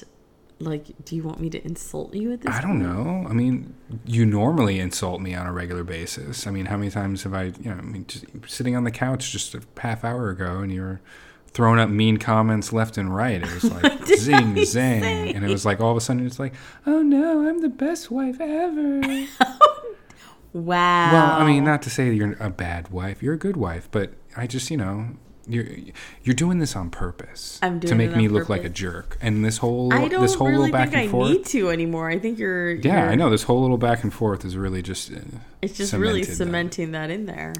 Speaker 2: like, do you want me to insult you at this?
Speaker 1: I don't know. I mean, you normally insult me on a regular basis. I mean, how many times have I, you know, I mean, just sitting on the couch just a half hour ago and you were throwing up mean comments left and right. It was like zing, zang. And it was like all of a sudden it's like, oh no, I'm the best wife ever.
Speaker 2: Wow.
Speaker 1: well, I mean, not to say that you're a bad wife, you're a good wife, but I just, you know, you're you're doing this on purpose
Speaker 2: I'm
Speaker 1: to
Speaker 2: doing
Speaker 1: make
Speaker 2: it on
Speaker 1: me look like a
Speaker 2: purpose.
Speaker 1: jerk. And this whole
Speaker 2: I don't
Speaker 1: this whole
Speaker 2: really
Speaker 1: little back
Speaker 2: think
Speaker 1: and
Speaker 2: I
Speaker 1: forth.
Speaker 2: need to anymore. I think you're.
Speaker 1: Yeah,
Speaker 2: you're-
Speaker 1: I know. This whole little back and forth is really just. Uh,
Speaker 2: It's just really
Speaker 1: that.
Speaker 2: cementing that in there.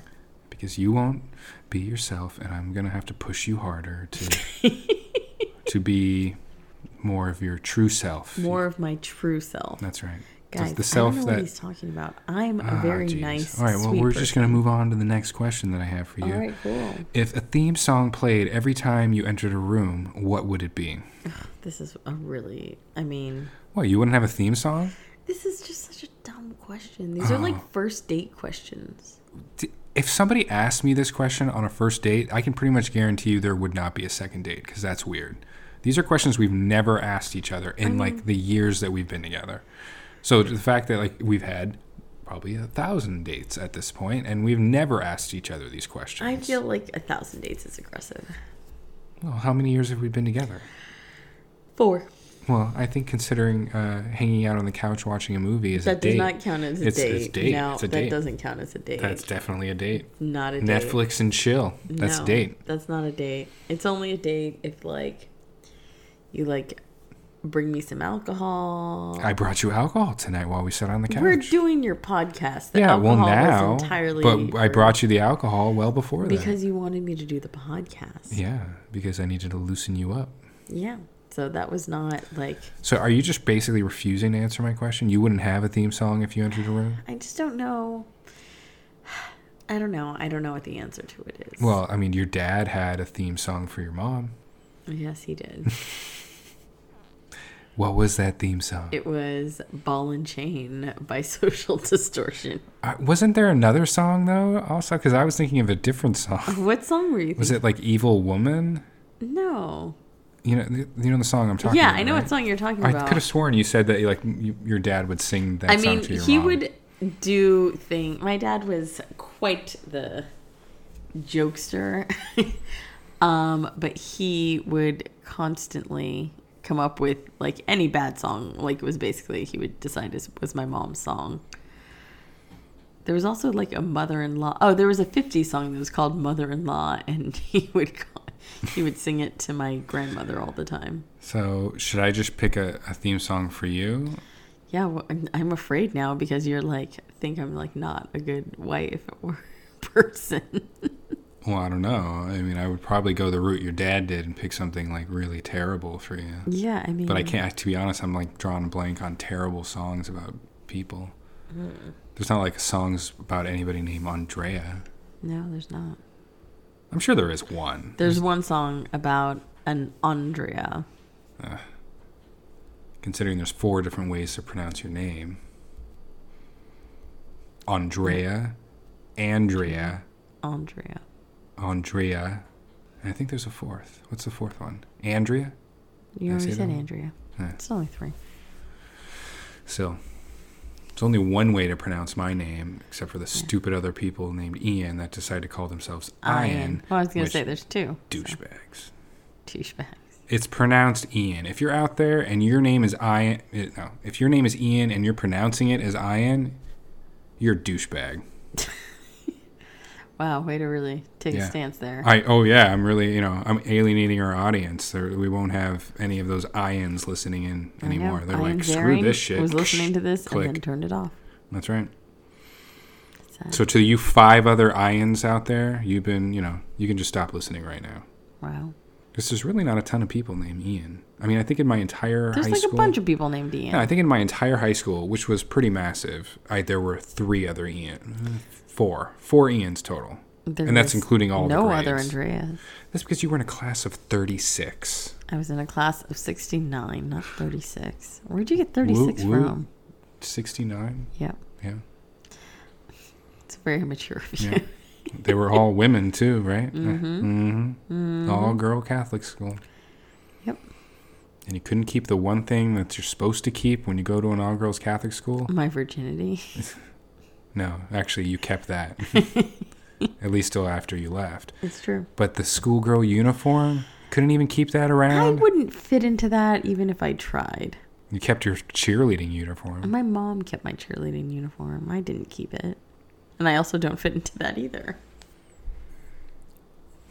Speaker 1: Because you won't be yourself, and I'm going to have to push you harder to to be more of your true self.
Speaker 2: More of my true self.
Speaker 1: That's right. That's
Speaker 2: Guys,
Speaker 1: the self
Speaker 2: I don't know what
Speaker 1: that.
Speaker 2: he's talking about. I'm a
Speaker 1: Ah,
Speaker 2: very
Speaker 1: jeez.
Speaker 2: nice.
Speaker 1: All right, well,
Speaker 2: sweet
Speaker 1: we're just
Speaker 2: person.
Speaker 1: going to move on to the next question that I have for you.
Speaker 2: All right, cool.
Speaker 1: If a theme song played every time you entered a room, what would it be?
Speaker 2: This is a really. I mean,
Speaker 1: What, you wouldn't have a theme song? Ah.
Speaker 2: this is just such a dumb question. These are like first date questions.
Speaker 1: D- if somebody asked me this question on a first date, I can pretty much guarantee you there would not be a second date because that's weird. These are questions we've never asked each other in like
Speaker 2: Mm-hmm.
Speaker 1: the years that we've been together. So the fact that like we've had probably a thousand dates at this point and we've never asked each other these questions.
Speaker 2: I feel like a thousand dates is aggressive.
Speaker 1: well, how many years have we been together?
Speaker 2: Four.
Speaker 1: Well, I think considering uh, hanging out on the couch watching a movie is a
Speaker 2: That does
Speaker 1: date.
Speaker 2: not count as a
Speaker 1: It's-
Speaker 2: date.
Speaker 1: it's date.
Speaker 2: No,
Speaker 1: It's a
Speaker 2: that
Speaker 1: date.
Speaker 2: doesn't count as a date.
Speaker 1: that's definitely a date.
Speaker 2: not a date.
Speaker 1: Netflix and chill. That's a
Speaker 2: No,
Speaker 1: date.
Speaker 2: That's not a date. It's only a date if like you like bring me some alcohol.
Speaker 1: I brought you alcohol tonight while we sat on the couch.
Speaker 2: We're doing your podcast. The
Speaker 1: yeah, well
Speaker 2: alcohol
Speaker 1: now,
Speaker 2: was entirely
Speaker 1: but I
Speaker 2: for-
Speaker 1: brought you the alcohol well before that.
Speaker 2: because you wanted me to do the podcast. Yeah.
Speaker 1: yeah, because I needed to loosen you up.
Speaker 2: So that was not like
Speaker 1: So are you just basically refusing to answer my question? You wouldn't have a theme song if you entered the room.
Speaker 2: I just don't know. I don't know. I don't know what the answer to it is.
Speaker 1: Well, I mean, your dad had a theme song for your mom.
Speaker 2: yes, he did.
Speaker 1: What was that theme song?
Speaker 2: It was Ball and Chain by Social Distortion.
Speaker 1: Uh, wasn't there another song though? Also, because I was thinking of a different song.
Speaker 2: What song were you
Speaker 1: Was
Speaker 2: thinking?
Speaker 1: it like "Evil Woman"?
Speaker 2: No.
Speaker 1: You know, th- you know the song I'm talking
Speaker 2: yeah,
Speaker 1: about.
Speaker 2: I know
Speaker 1: right?
Speaker 2: what song you're talking
Speaker 1: I
Speaker 2: about.
Speaker 1: could have sworn you said that like you, your dad would sing that
Speaker 2: I
Speaker 1: song
Speaker 2: mean,
Speaker 1: to your
Speaker 2: he
Speaker 1: mom.
Speaker 2: would do thing. My dad was quite the jokester, um, but he would constantly come up with like any bad song. Like it was basically he would decide it was my mom's song. There was also like a mother-in-law. Oh, there was a 50 song that was called "Mother-in-Law," and he would call, he would sing it to my grandmother all the time.
Speaker 1: So should I just pick a, a theme song for you?
Speaker 2: Yeah, well, I'm- I'm afraid now because you're like think I'm like not a good wife or person.
Speaker 1: Well, I don't know. I mean, I would probably go the route your dad did and pick something like really terrible for you.
Speaker 2: Yeah, I mean,
Speaker 1: But I can't. To be honest, I'm like drawing a blank on terrible songs about people. There's not like songs about anybody named Andrea.
Speaker 2: No, there's not.
Speaker 1: I'm sure there is one.
Speaker 2: There's one song about an Andrea.
Speaker 1: considering there's four different ways to pronounce your name Andrea, Andrea,
Speaker 2: Andrea.
Speaker 1: Andrea. And I think there's a fourth. What's the fourth one? Andrea?
Speaker 2: You
Speaker 1: I
Speaker 2: already
Speaker 1: see
Speaker 2: said
Speaker 1: that one.
Speaker 2: Andrea.
Speaker 1: Yeah.
Speaker 2: It's only three.
Speaker 1: So it's only one way to pronounce my name, except for the stupid other people named Ian that decide to call themselves Ian.
Speaker 2: Well, I was gonna
Speaker 1: which
Speaker 2: say there's two.
Speaker 1: douchebags.
Speaker 2: Douchebags.
Speaker 1: It's pronounced Ian. If you're out there and your name is Ian, eh, no, if your name is Ian and you're pronouncing it as Ian, you're a douchebag.
Speaker 2: Wow, way to really take
Speaker 1: Yeah.
Speaker 2: a stance there.
Speaker 1: I oh yeah, I'm really you know I'm alienating our audience. There, we won't have any of those ions listening in
Speaker 2: I know.
Speaker 1: anymore. They're
Speaker 2: Ian
Speaker 1: like screw
Speaker 2: Ziering
Speaker 1: this shit.
Speaker 2: Was listening to this
Speaker 1: Click.
Speaker 2: and then turned it off.
Speaker 1: That's right.
Speaker 2: Sad.
Speaker 1: So to you five other ions out there, you've been you know you can just stop listening right now.
Speaker 2: Wow.
Speaker 1: Because there's really not a ton of people named Ian. I mean, I think in my entire
Speaker 2: There's
Speaker 1: high
Speaker 2: like
Speaker 1: school,
Speaker 2: a bunch of people named Ian.
Speaker 1: Yeah, I think in my entire high school, which was pretty massive, I there were three other Ian, four, four Ians total,
Speaker 2: There
Speaker 1: and that's
Speaker 2: was
Speaker 1: including all
Speaker 2: no
Speaker 1: the grades.
Speaker 2: other Andreas.
Speaker 1: That's because you were in a class of thirty-six.
Speaker 2: I was in a class of 69, not 36. Where'd you get 36
Speaker 1: woo.
Speaker 2: from?
Speaker 1: 69
Speaker 2: Yep.
Speaker 1: yeah
Speaker 2: It's very immature of you.
Speaker 1: Yeah. they were all women too right mm-hmm. all girl catholic school
Speaker 2: Yep.
Speaker 1: and you couldn't keep the one thing that you're supposed to keep when you go to an all girls catholic school
Speaker 2: My virginity.
Speaker 1: no actually you kept that at least till after you left
Speaker 2: It's true.
Speaker 1: but the schoolgirl uniform couldn't even keep that
Speaker 2: I
Speaker 1: around
Speaker 2: wouldn't fit into that even if I tried.
Speaker 1: you kept your cheerleading uniform
Speaker 2: My mom kept my cheerleading uniform. I didn't keep it. And I also don't fit into that either.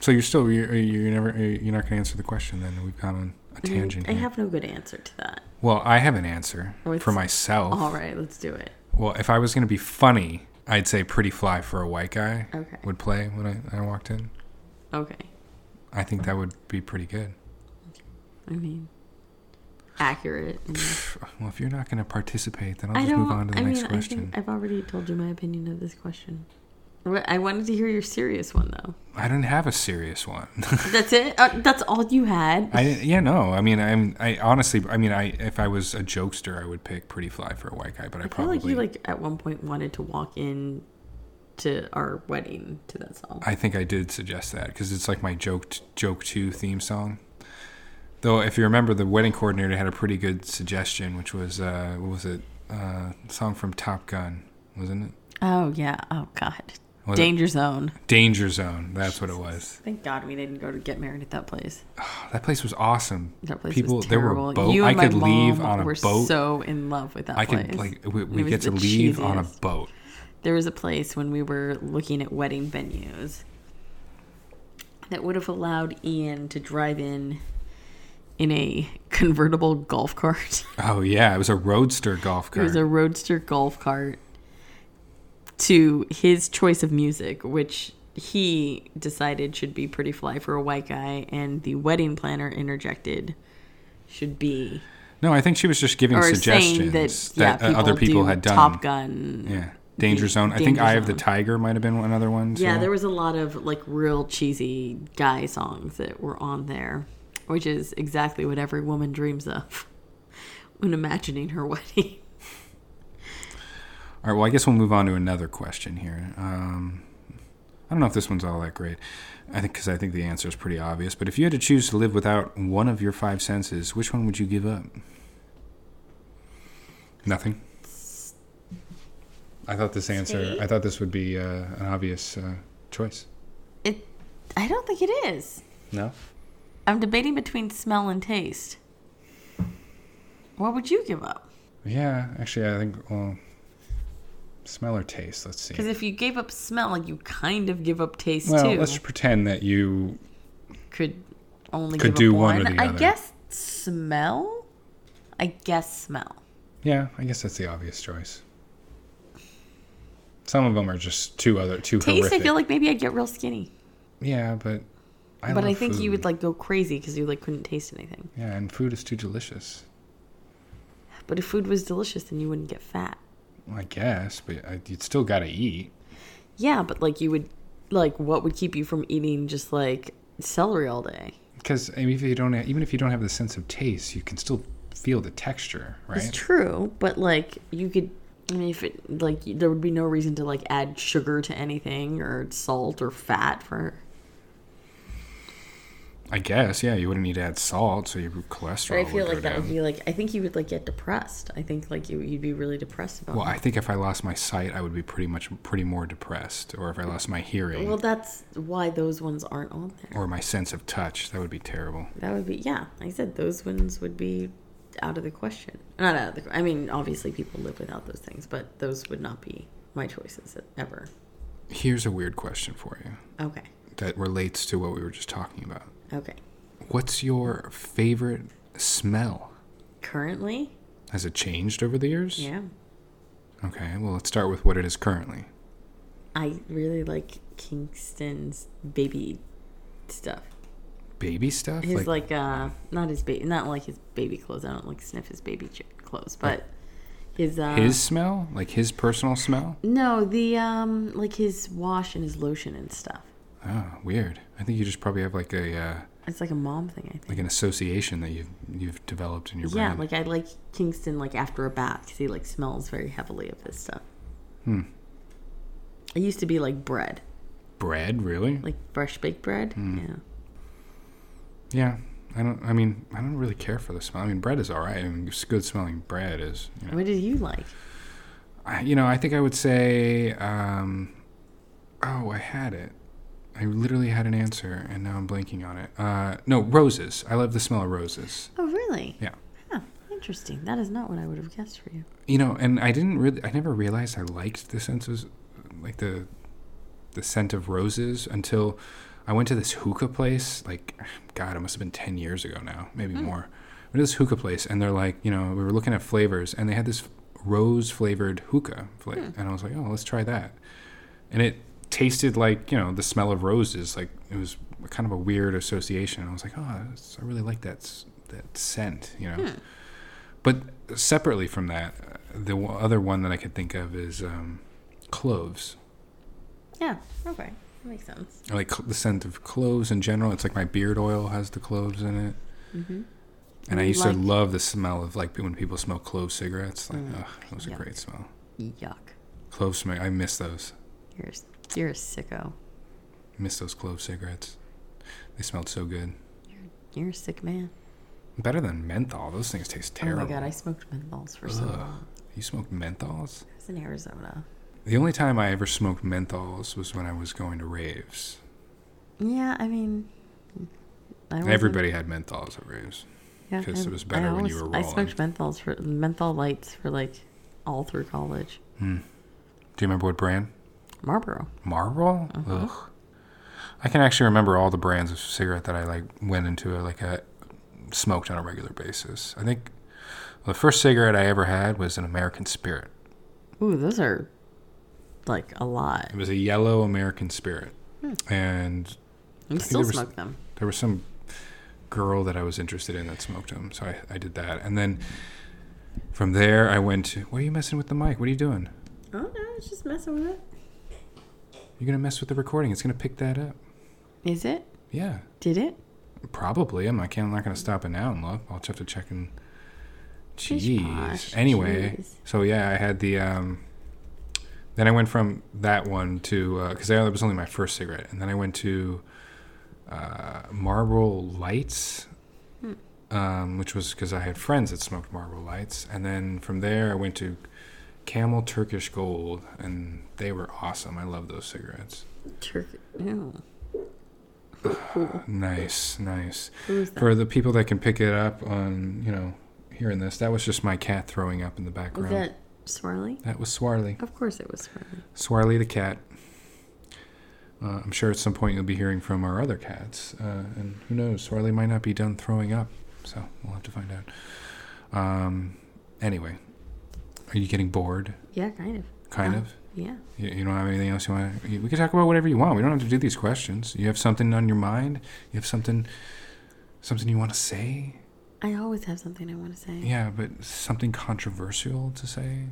Speaker 1: so you're still you're, you're never uh, you're not going to answer the question then we've gone on a tangent
Speaker 2: Mm-hmm. I
Speaker 1: here.
Speaker 2: have Oh, no good answer to that.
Speaker 1: well i have an answer
Speaker 2: What's-
Speaker 1: for myself
Speaker 2: All right, let's do it.
Speaker 1: Well, if I was going to be funny, I'd say Pretty Fly for a White Guy
Speaker 2: Okay.
Speaker 1: would play when I, I walked in.
Speaker 2: Okay.
Speaker 1: I think that would be pretty good.
Speaker 2: I mean, accurate. and-
Speaker 1: Well, if you're not going to participate, then I'll
Speaker 2: I
Speaker 1: just
Speaker 2: don't.
Speaker 1: move on to the
Speaker 2: I
Speaker 1: next
Speaker 2: mean, I
Speaker 1: question.
Speaker 2: think I've already told you my opinion of this question. Wh- I wanted to hear your serious one though.
Speaker 1: I, didn't have a serious one.
Speaker 2: That's it. Uh, that's all you had.
Speaker 1: I didn't, yeah, no. I mean, I'm I honestly, I mean, I if I was a jokester, I would pick Pretty Fly for a White Guy, but I,
Speaker 2: I feel
Speaker 1: probably
Speaker 2: like you like at one point wanted to walk in to our wedding to that song.
Speaker 1: I think I did suggest that because it's like my joke joke two theme song. Though, if you remember, the wedding coordinator had a pretty good suggestion, which was uh, what was it? Uh, a song from Top Gun, wasn't it?
Speaker 2: Oh yeah. Oh God.
Speaker 1: Was it-
Speaker 2: Danger Zone.
Speaker 1: Danger Zone. That's what it was.
Speaker 2: Thank God we didn't go to get married at that place.
Speaker 1: That place was awesome.
Speaker 2: That place
Speaker 1: People,
Speaker 2: was
Speaker 1: there were
Speaker 2: terrible.
Speaker 1: boat-
Speaker 2: You and
Speaker 1: I could
Speaker 2: my
Speaker 1: leave
Speaker 2: mom
Speaker 1: on a
Speaker 2: were
Speaker 1: boat.
Speaker 2: So in love with that
Speaker 1: I
Speaker 2: place.
Speaker 1: could like we, we
Speaker 2: It was
Speaker 1: get to
Speaker 2: the
Speaker 1: leave on a
Speaker 2: cheesiest.
Speaker 1: boat.
Speaker 2: There was a place when we were looking at wedding venues that would have allowed Ian to drive in in a convertible golf cart.
Speaker 1: Oh yeah, it was a roadster golf
Speaker 2: it
Speaker 1: cart.
Speaker 2: was a roadster golf cart to his choice of music, which he decided should be pretty fly for a white guy, and the wedding planner interjected should be
Speaker 1: no, I think she was just giving
Speaker 2: or saying
Speaker 1: suggestions that,
Speaker 2: that,
Speaker 1: uh,
Speaker 2: yeah, people
Speaker 1: other people
Speaker 2: do
Speaker 1: had done.
Speaker 2: Top Gun.
Speaker 1: Yeah, Danger
Speaker 2: The
Speaker 1: Zone. I think
Speaker 2: Danger
Speaker 1: Eye of the
Speaker 2: Zone.
Speaker 1: Tiger might have been another one. too.
Speaker 2: Yeah, there was a lot of like real cheesy guy songs that were on there, which is exactly what every woman dreams of when imagining her wedding.
Speaker 1: All right. Well, I guess we'll move on to another question here. Um, I don't know if this one's all that great. I think because I think the answer is pretty obvious. But if you had to choose to live without one of your five senses, which one would you give up? Nothing. I thought this answer. I thought this would be uh, an obvious uh, choice.
Speaker 2: It, I don't think it is.
Speaker 1: No.
Speaker 2: I'm debating between smell and taste. What would you give up?
Speaker 1: Yeah, actually, I think. Well, smell or taste. Let's see.
Speaker 2: Because if you gave up smell, like you kind of give up taste
Speaker 1: well,
Speaker 2: too.
Speaker 1: let's just pretend that you
Speaker 2: could only
Speaker 1: Could
Speaker 2: give
Speaker 1: do
Speaker 2: up
Speaker 1: one or the
Speaker 2: I
Speaker 1: other.
Speaker 2: guess smell. I guess smell.
Speaker 1: Yeah, I guess that's the obvious choice. Some of them are just too other too
Speaker 2: Taste.
Speaker 1: horrific.
Speaker 2: I feel like maybe I'd get real skinny,
Speaker 1: yeah, but I love
Speaker 2: but I think you
Speaker 1: food.
Speaker 2: would like go crazy because you like couldn't taste anything.
Speaker 1: Yeah, and food is too delicious.
Speaker 2: But if food was delicious, then you wouldn't get fat.
Speaker 1: Well, I guess, but I, you'd still got to eat.
Speaker 2: Yeah, but like you would, like what would keep you from eating just like celery all day?
Speaker 1: Because I mean, if you don't, ha- even if you don't have the sense of taste, you can still feel the texture,
Speaker 2: It's
Speaker 1: right?
Speaker 2: true, but like you could. I mean, if it like y- there would be no reason to like add sugar to anything or salt or fat for
Speaker 1: I guess, yeah. You wouldn't need to add salt, so your cholesterol.
Speaker 2: But I feel
Speaker 1: would
Speaker 2: like
Speaker 1: Oh, go
Speaker 2: that would
Speaker 1: down.
Speaker 2: be like I think you would like get depressed. I think like you you'd be really depressed about.
Speaker 1: Well,
Speaker 2: Well,
Speaker 1: I think if I lost my sight, I would be pretty much pretty more depressed, or if I lost my hearing
Speaker 2: well, that's why those ones aren't on there.
Speaker 1: or my sense of touch, that would be terrible.
Speaker 2: That would be yeah. Like I said those ones would be out of the question. Not out of the. I mean, obviously people live without those things, but those would not be my choices ever.
Speaker 1: Here's a weird question for you.
Speaker 2: Okay,
Speaker 1: that relates to what we were just talking about.
Speaker 2: okay.
Speaker 1: What's your favorite smell?
Speaker 2: Currently,
Speaker 1: Has it changed over the years?
Speaker 2: yeah,
Speaker 1: Okay, well, let's start with what it is currently.
Speaker 2: I really like Kingston's baby stuff.
Speaker 1: Baby stuff?
Speaker 2: His like, uh not his baby not like his baby clothes. I don't like sniff his baby ch- clothes, but his uh
Speaker 1: his smell? Like his personal smell?
Speaker 2: no the um like his wash and his lotion and stuff.
Speaker 1: Oh, weird. I think you just probably have like a uh,
Speaker 2: It's like a mom thing, I think.
Speaker 1: like an association that you've you've developed in your
Speaker 2: yeah,
Speaker 1: brain.
Speaker 2: like I like Kingston like after a bath because he like smells very heavily of this stuff. Hmm. It used to be like bread,
Speaker 1: bread, really?
Speaker 2: like fresh baked bread.
Speaker 1: Hmm.
Speaker 2: Yeah.
Speaker 1: yeah. I don't I mean, I don't really care for the smell. I mean, bread is all right. I mean, s- good smelling bread is, you know,
Speaker 2: What did you like?
Speaker 1: I, you know, I think I would say, um, oh, I had it. I literally had an answer, and now I'm blanking on it. Uh, no, roses. I love the smell of roses.
Speaker 2: Oh, really?
Speaker 1: Yeah.
Speaker 2: Huh. Interesting. That is not what I would have guessed for you.
Speaker 1: You know, and I didn't really, I never realized I liked the senses, like the, the scent of roses until I went to this hookah place. Like, God, it must have been ten years ago now, maybe more. I went to this hookah place, and they're like, you know, we were looking at flavors, and they had this rose flavored hookah, flavor, and I was like, oh, let's try that. and it tasted like you know the smell of roses like it was kind of a weird association i was like oh that's, i really like that s- that scent you know
Speaker 2: Hmm.
Speaker 1: but separately from that uh, the w- other one that i could think of is um, cloves
Speaker 2: Yeah. Okay. That makes sense.
Speaker 1: I like cl- the scent of cloves in general it's like my beard oil has the cloves in it
Speaker 2: Mhm.
Speaker 1: and i
Speaker 2: You
Speaker 1: used
Speaker 2: like-
Speaker 1: to love the smell of like when people smoke
Speaker 2: Mm-hmm.
Speaker 1: clove cigarettes like ugh, that was a
Speaker 2: yuck.
Speaker 1: great smell
Speaker 2: Yuck.
Speaker 1: clove smell i miss those
Speaker 2: You're, a s- you're a sicko.
Speaker 1: Miss those clove cigarettes. They smelled so good.
Speaker 2: You're a sick man.
Speaker 1: Better than menthol. Those things taste terrible.
Speaker 2: Oh my god, I smoked menthols for so
Speaker 1: Ugh.
Speaker 2: long.
Speaker 1: You smoked menthols?
Speaker 2: I was in Arizona.
Speaker 1: The only time I ever smoked menthols was when I was going to raves.
Speaker 2: Yeah, I mean, I wasn't-
Speaker 1: Everybody had menthols at raves.
Speaker 2: yeah,
Speaker 1: 'cause
Speaker 2: I-
Speaker 1: it was better
Speaker 2: I
Speaker 1: when you
Speaker 2: always-
Speaker 1: were
Speaker 2: I smoked menthols for menthol lights for like all through college.
Speaker 1: Hmm. Do you remember what brand?
Speaker 2: Marlboro.
Speaker 1: Marlboro.
Speaker 2: Uh-huh.
Speaker 1: Ugh. I can actually remember all the brands of cigarette that I like went into like a smoked on a regular basis. I think the first cigarette I ever had was an American Spirit.
Speaker 2: Ooh, those are like a lot.
Speaker 1: It was a yellow American Spirit, and
Speaker 2: You
Speaker 1: think
Speaker 2: still
Speaker 1: there was-
Speaker 2: smoke them.
Speaker 1: there was some girl that I was interested in that smoked them, so I, I did that. And then from there, I went. to, What are you messing with the mic? What are you doing?
Speaker 2: Oh no, it's just messing with it.
Speaker 1: You're gonna mess with the recording. It's gonna pick that up.
Speaker 2: Is it?
Speaker 1: Yeah.
Speaker 2: Did it?
Speaker 1: Probably. I'm not. I'm not gonna stop it now. And look, I'll just have to check and.
Speaker 2: Pish posh,
Speaker 1: Jeez. Anyway,
Speaker 2: jeez.
Speaker 1: so yeah, I had the. um Then I went from that one to because that was only my first cigarette, and then I went to uh, Marlboro Lights, um, which was because I had friends that smoked Marlboro Lights, and then from there I went to Camel Turkish Gold, and they were awesome. I love those cigarettes.
Speaker 2: Turkey. No.
Speaker 1: Nice, nice.
Speaker 2: Who is that?
Speaker 1: For the people that can pick it up on, you know, hearing this, that was just my cat throwing up in the
Speaker 2: Was
Speaker 1: background.
Speaker 2: that Swirly?
Speaker 1: That was Swarley.
Speaker 2: Of course it was Swirly.
Speaker 1: Swarley the cat. Uh, I'm sure at some point you'll be hearing from our other cats. Uh, and who knows, Swarley might not be done throwing up. So we'll have to find out. Um, anyway, are you getting bored?
Speaker 2: Yeah, kind of.
Speaker 1: Kind
Speaker 2: Uh,
Speaker 1: of?
Speaker 2: Yeah.
Speaker 1: You, you don't have anything else you want to. We can talk about whatever you want. We don't have to do these questions. You have something on your mind? You have something. Something you want to say?
Speaker 2: I always have something I want to say.
Speaker 1: Yeah, but something controversial to say.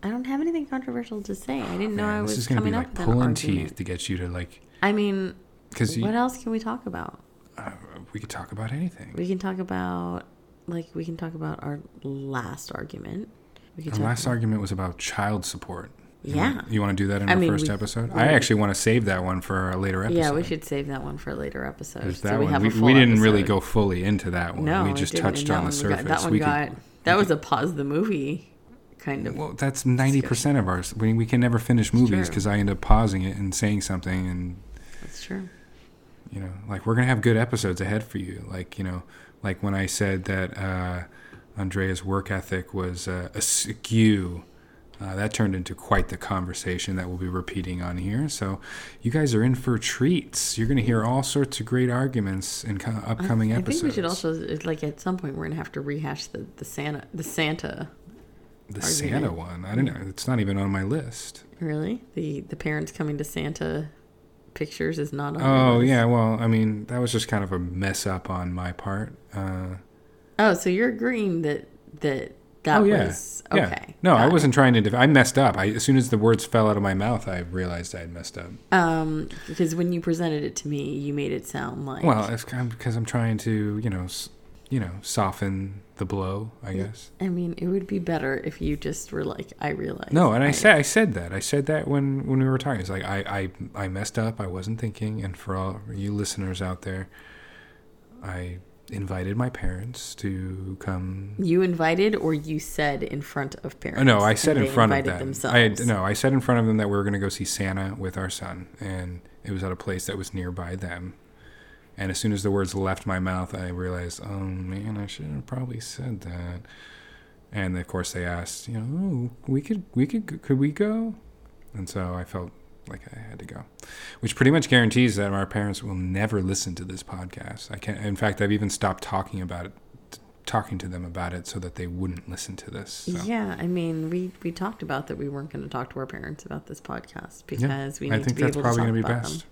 Speaker 2: I don't have anything controversial to say. I didn't know
Speaker 1: Man,
Speaker 2: I
Speaker 1: this
Speaker 2: was
Speaker 1: is gonna
Speaker 2: coming
Speaker 1: be
Speaker 2: up
Speaker 1: like
Speaker 2: with an
Speaker 1: pulling
Speaker 2: argument.
Speaker 1: teeth to get you to like,
Speaker 2: I mean,
Speaker 1: because
Speaker 2: what else can we talk about?
Speaker 1: uh, we could talk about anything.
Speaker 2: We can talk about like we can talk about our last argument. We can
Speaker 1: Our
Speaker 2: talk
Speaker 1: last
Speaker 2: about,
Speaker 1: argument was about child support. You
Speaker 2: Yeah.
Speaker 1: wanna- you want to do that in
Speaker 2: I
Speaker 1: our
Speaker 2: mean,
Speaker 1: first
Speaker 2: we-
Speaker 1: episode?
Speaker 2: we-
Speaker 1: I actually want to save that one for a later episode.
Speaker 2: Yeah, we should save that one for a later episode.
Speaker 1: 'Cause
Speaker 2: so
Speaker 1: that
Speaker 2: we
Speaker 1: one,
Speaker 2: have
Speaker 1: we,
Speaker 2: a full
Speaker 1: we didn't really
Speaker 2: episode.
Speaker 1: go fully into that one.
Speaker 2: No,
Speaker 1: we
Speaker 2: it
Speaker 1: just
Speaker 2: didn't, and
Speaker 1: touched
Speaker 2: that
Speaker 1: on the
Speaker 2: one we
Speaker 1: surface.
Speaker 2: got- that one
Speaker 1: we could-
Speaker 2: got that was a pause the movie kind of.
Speaker 1: well, that's ninety percent of ours. We, we can never finish movies
Speaker 2: true.
Speaker 1: because I end up pausing it and saying something, and
Speaker 2: That's true.
Speaker 1: you know like we're gonna have good episodes ahead for you like you know like when i said that uh andrea's work ethic was uh, askew uh, that turned into quite the conversation that we'll be repeating on here. So, you guys are in for treats. You're going to hear all sorts of great arguments in co- upcoming
Speaker 2: I
Speaker 1: episodes.
Speaker 2: think we should also it's like at some point we're gonna have to rehash the, the Santa the Santa
Speaker 1: the
Speaker 2: argument.
Speaker 1: Santa one. I don't know. It's not even on my list.
Speaker 2: really the the parents coming to Santa pictures is not on. your
Speaker 1: Oh
Speaker 2: list.
Speaker 1: yeah. Well, I mean, that was just kind of a mess up on my part. Uh,
Speaker 2: Oh, so you're agreeing that that that
Speaker 1: Oh yeah.
Speaker 2: was okay.
Speaker 1: Yeah. No, I
Speaker 2: got it.
Speaker 1: wasn't trying to. Def- I messed up. I, as soon as the words fell out of my mouth, I realized I had messed up.
Speaker 2: Um, because when you presented it to me, you made it sound like
Speaker 1: Well, it's kind of because I'm trying to, you know, s- you know, soften the blow. I guess.
Speaker 2: I mean, it would be better if you just were like, I realize.
Speaker 1: No, and I said I said that. I said that when when we were talking. It's like I I I messed up. I wasn't thinking. And for all you listeners out there, I invited my parents to come
Speaker 2: you invited or you said in front of parents.
Speaker 1: Oh, no, I said
Speaker 2: and
Speaker 1: in
Speaker 2: they
Speaker 1: front of
Speaker 2: invited
Speaker 1: them.
Speaker 2: Themselves.
Speaker 1: I no, I said in front of them that we were going to go see Santa with our son, and it was at a place that was nearby them. And as soon as the words left my mouth, I realized, oh man, I should have probably said that. And of course, they asked, you know, oh, we could, we could, could we go? And so I felt like I had to go, which pretty much guarantees that our parents will never listen to this podcast. I can not In fact, I've even stopped talking about it, talking to them about it, so that they wouldn't listen to this. So.
Speaker 2: Yeah, I mean, we we talked about that we weren't going to talk to our parents about this podcast because we
Speaker 1: I
Speaker 2: need to
Speaker 1: think
Speaker 2: be
Speaker 1: that's
Speaker 2: able to
Speaker 1: probably
Speaker 2: talk
Speaker 1: going to be
Speaker 2: about
Speaker 1: best
Speaker 2: them.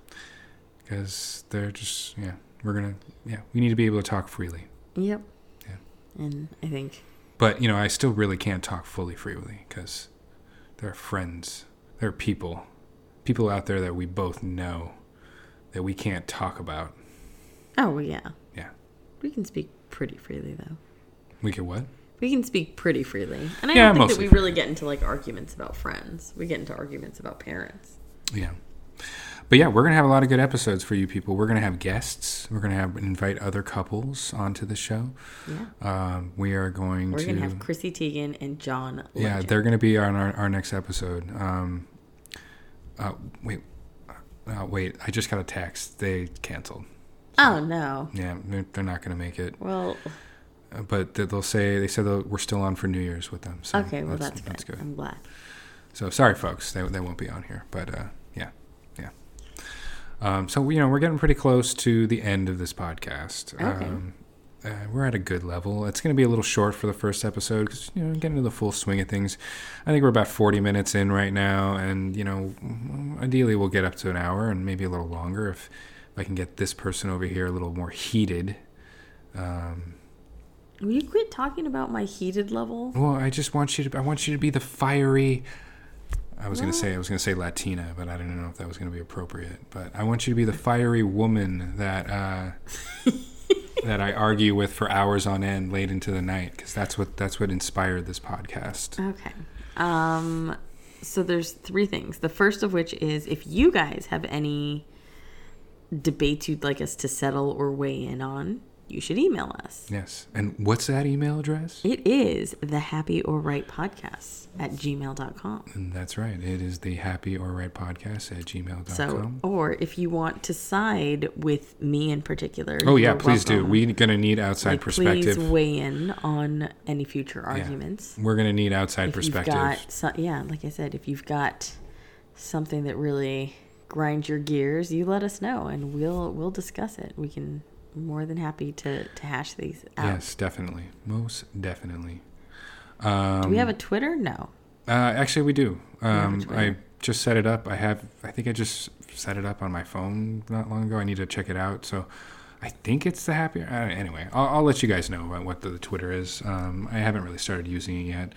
Speaker 1: because they're just yeah we're gonna yeah we need to be able to talk freely
Speaker 2: Yep.
Speaker 1: Yeah.
Speaker 2: And I think
Speaker 1: but you know i still really can't talk fully freely because they're friends they're people people out there that we both know that we can't talk about
Speaker 2: oh well, yeah,
Speaker 1: yeah
Speaker 2: we can speak pretty freely though.
Speaker 1: we could what
Speaker 2: We can speak pretty freely, and I
Speaker 1: Yeah,
Speaker 2: don't think that
Speaker 1: mostly
Speaker 2: we really get into like arguments about friends. We get into arguments about parents.
Speaker 1: Yeah. But yeah, we're going to have a lot of good episodes for you people. We're going to have guests. We're going to have invite other couples onto the show.
Speaker 2: Yeah.
Speaker 1: Um, we are going
Speaker 2: We're
Speaker 1: to
Speaker 2: going to have Chrissy Teigen and John Legend.
Speaker 1: Yeah, they're going to be on our, our next episode. Um, uh, wait, uh, wait! I just got a text. They canceled.
Speaker 2: Oh, no.
Speaker 1: Yeah, they're, they're not going to make it.
Speaker 2: Well,
Speaker 1: Uh, But they- they'll say they said they'll- we're still on for New Year's with them. So
Speaker 2: okay. Well, that's,
Speaker 1: that's
Speaker 2: good.
Speaker 1: good.
Speaker 2: I'm glad.
Speaker 1: So sorry, folks, they, they won't be on here, but uh, yeah, yeah. Um, so you know we're getting pretty close to the end of this podcast.
Speaker 2: Okay.
Speaker 1: Um, uh, we're at a good level. It's going to be a little short for the first episode because you know getting into the full swing of things. I think we're about forty minutes in right now, and you know ideally we'll get up to an hour and maybe a little longer if, if I can get this person over here a little more heated. Um,
Speaker 2: Will you quit talking about my heated level?
Speaker 1: well, I just want you to. I want you to be the fiery. I was gonna
Speaker 2: Well-
Speaker 1: say I was gonna say Latina, but I didn't know if that was gonna be appropriate. But I want you to be the fiery woman that uh, that I argue with for hours on end, late into the night, because that's what that's what inspired this podcast.
Speaker 2: Okay. Um, so there's three things. The first of which is if you guys have any debates you'd like us to settle or weigh in on, you should email us.
Speaker 1: Yes. And what's that email address?
Speaker 2: It is the happy or right podcast at gmail.com.
Speaker 1: And that's right. It is the happy or right podcast at gmail.com.
Speaker 2: So, or if you want to side with me in particular,
Speaker 1: oh yeah,
Speaker 2: you're
Speaker 1: please do.
Speaker 2: welcome.
Speaker 1: We're gonna need outside
Speaker 2: Like,
Speaker 1: perspective.
Speaker 2: Please weigh in on any future
Speaker 1: Yeah.
Speaker 2: arguments.
Speaker 1: We're gonna need outside
Speaker 2: If you've
Speaker 1: perspective.
Speaker 2: got, so, yeah, like I said, if you've got something that really grinds your gears, you let us know, and we'll we'll discuss it. We can more than happy to to hash these out.
Speaker 1: Yes, definitely. Most definitely. Um,
Speaker 2: Do we have a Twitter? No.
Speaker 1: Uh, actually, we do.
Speaker 2: have a
Speaker 1: Um, I
Speaker 2: Twitter?
Speaker 1: just set it up. I have. I think I just set it up on my phone not long ago. I need to check it out. So, I think it's the happier. Uh, anyway, I'll, I'll let you guys know about what the, Twitter is. Um, I haven't really started using it yet.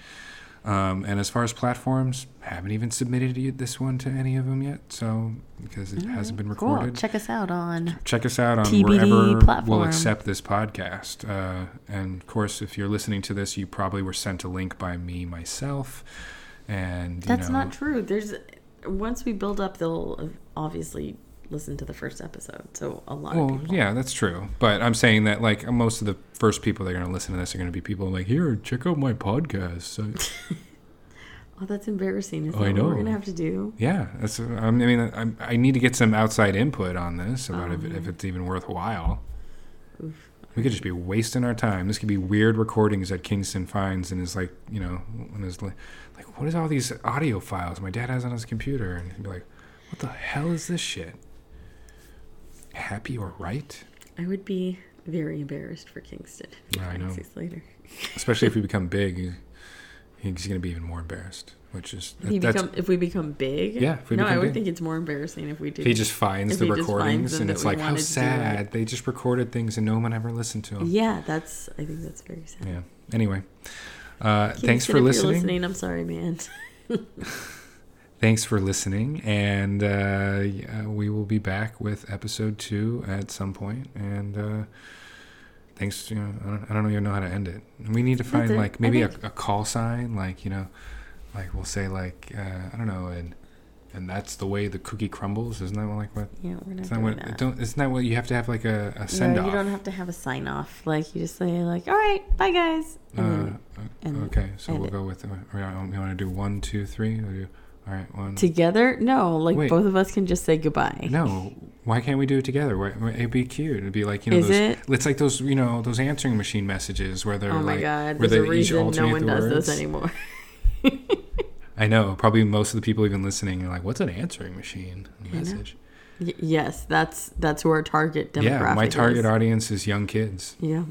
Speaker 1: Um, and as far as platforms, haven't even submitted you- this one to any of them yet. So because it hasn't been
Speaker 2: Cool.
Speaker 1: recorded.
Speaker 2: Check us out on
Speaker 1: Check us out on
Speaker 2: TBD
Speaker 1: wherever
Speaker 2: platform.
Speaker 1: we'll accept this podcast. Uh, and of course, if you're listening to this, you probably were sent a link by me myself. And you
Speaker 2: That's
Speaker 1: know,
Speaker 2: not true. There's once we build up, they'll obviously listen to the first episode. So a lot
Speaker 1: Well,
Speaker 2: of people.
Speaker 1: yeah, that's true. But I'm saying that like most of the first people that are going to listen to this are going to be people like, here, check out my podcast. I,
Speaker 2: Oh, that's embarrassing. Is
Speaker 1: I
Speaker 2: that what
Speaker 1: know.
Speaker 2: we're gonna have to do?
Speaker 1: yeah, that's. I mean, I, I need to get some outside input on this about if, it, if it's even worthwhile. We could just be wasting our time. This could be weird recordings that Kingston finds and is like, you know, and is like, like, what is all these audio files my dad has on his computer? And he'd be like, what the hell is this shit? Happy or right?
Speaker 2: I would be very embarrassed for Kingston. if he
Speaker 1: Yeah, I
Speaker 2: finds
Speaker 1: know.
Speaker 2: these later.
Speaker 1: especially if we become big he- he's going to be even more embarrassed which is
Speaker 2: If, he
Speaker 1: that's
Speaker 2: become, if we become big,
Speaker 1: Yeah, if we
Speaker 2: no, I
Speaker 1: become
Speaker 2: would
Speaker 1: big.
Speaker 2: think it's more embarrassing if we did.
Speaker 1: if he just finds
Speaker 2: if
Speaker 1: the
Speaker 2: he just finds
Speaker 1: recordings
Speaker 2: them
Speaker 1: and
Speaker 2: that
Speaker 1: it's
Speaker 2: we
Speaker 1: like how
Speaker 2: wanted to do
Speaker 1: sad they just recorded things and no one ever listened to them
Speaker 2: yeah, that's. I think that's very sad.
Speaker 1: yeah, anyway uh, thanks for
Speaker 2: Kingston, if you're
Speaker 1: listening.
Speaker 2: listening. I'm sorry, man.
Speaker 1: Thanks for listening, and uh, yeah, we will be back with episode two at some point. And uh, thanks, you know, I don't, I don't even know how to end it. We need to find
Speaker 2: it. I
Speaker 1: like maybe a,
Speaker 2: think-
Speaker 1: a call sign, like you know, like we'll say like uh, I don't know, and and that's the way the cookie crumbles. Isn't that what, like what?
Speaker 2: Yeah, we're
Speaker 1: Isn't
Speaker 2: not
Speaker 1: that
Speaker 2: doing
Speaker 1: what?
Speaker 2: that.
Speaker 1: Don't isn't that what you have to have like a, a
Speaker 2: No,
Speaker 1: send off?
Speaker 2: you don't have to have a sign off. Like you just say like, "All right, bye guys."
Speaker 1: Uh,
Speaker 2: And then Mm-hmm. and
Speaker 1: okay, so
Speaker 2: end
Speaker 1: we'll
Speaker 2: it.
Speaker 1: go with. uh, We want to do one, two, three. We'll do, all right, one.
Speaker 2: together, no, like
Speaker 1: Wait.
Speaker 2: both of us can just say goodbye.
Speaker 1: No, why can't we do it together? Why, why- it'd be cute. It'd be like you know,
Speaker 2: Is
Speaker 1: those,
Speaker 2: it?
Speaker 1: it's like those you know those answering machine messages where they're
Speaker 2: Oh my
Speaker 1: like,
Speaker 2: god,
Speaker 1: where
Speaker 2: there's a
Speaker 1: they each
Speaker 2: reason no
Speaker 1: alternate
Speaker 2: one
Speaker 1: the
Speaker 2: does
Speaker 1: words.
Speaker 2: those anymore.
Speaker 1: I know. Probably most of the people even listening are like, "What's an answering machine
Speaker 2: know.
Speaker 1: message?"
Speaker 2: Y- yes, that's that's who our target demographic.
Speaker 1: Yeah, my target
Speaker 2: Is.
Speaker 1: audience is young kids.
Speaker 2: yeah.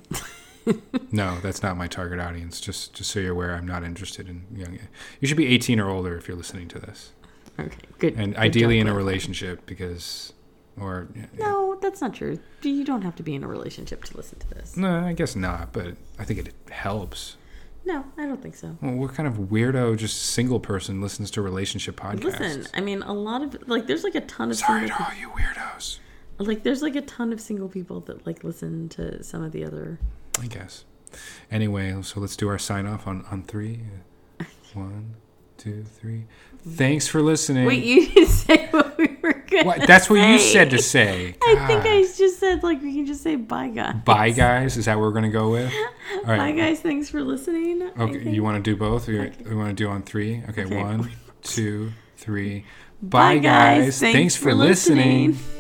Speaker 1: No, that's not my target audience. Just just so you're aware, I'm not interested in young. You should be 18 or older if you're listening to this,
Speaker 2: Okay. Good.
Speaker 1: and
Speaker 2: good
Speaker 1: ideally
Speaker 2: job,
Speaker 1: in a
Speaker 2: Will.
Speaker 1: relationship because, or yeah, yeah.
Speaker 2: No, that's not true. You don't have to be in a relationship to listen to this.
Speaker 1: no, I guess not. But I think it helps.
Speaker 2: No, I don't think so.
Speaker 1: Well, what kind of weirdo, just single person, listens to relationship podcasts?
Speaker 2: Listen, I mean, a lot of like, there's like a ton of
Speaker 1: sorry
Speaker 2: single,
Speaker 1: to all you weirdos.
Speaker 2: pe- like, there's like a ton of single people that like listen to some of the other.
Speaker 1: I guess. Anyway, so let's do our sign off on on three, one, two, three. Thanks for listening.
Speaker 2: Wait, you didn't say what we were going
Speaker 1: what? That's what you said to say.
Speaker 2: I think I
Speaker 1: God.
Speaker 2: just said, like, we can just say bye, guys.
Speaker 1: Bye, guys. Is that what we're gonna go with? All right.
Speaker 2: Bye, guys. Thanks for listening. I
Speaker 1: Okay,
Speaker 2: think-
Speaker 1: you want to do both? Or you, want to do on three? Okay,
Speaker 2: Okay.
Speaker 1: one, two, three.
Speaker 2: Bye, guys. Thanks
Speaker 1: Thanks,
Speaker 2: for
Speaker 1: for listening.
Speaker 2: listening.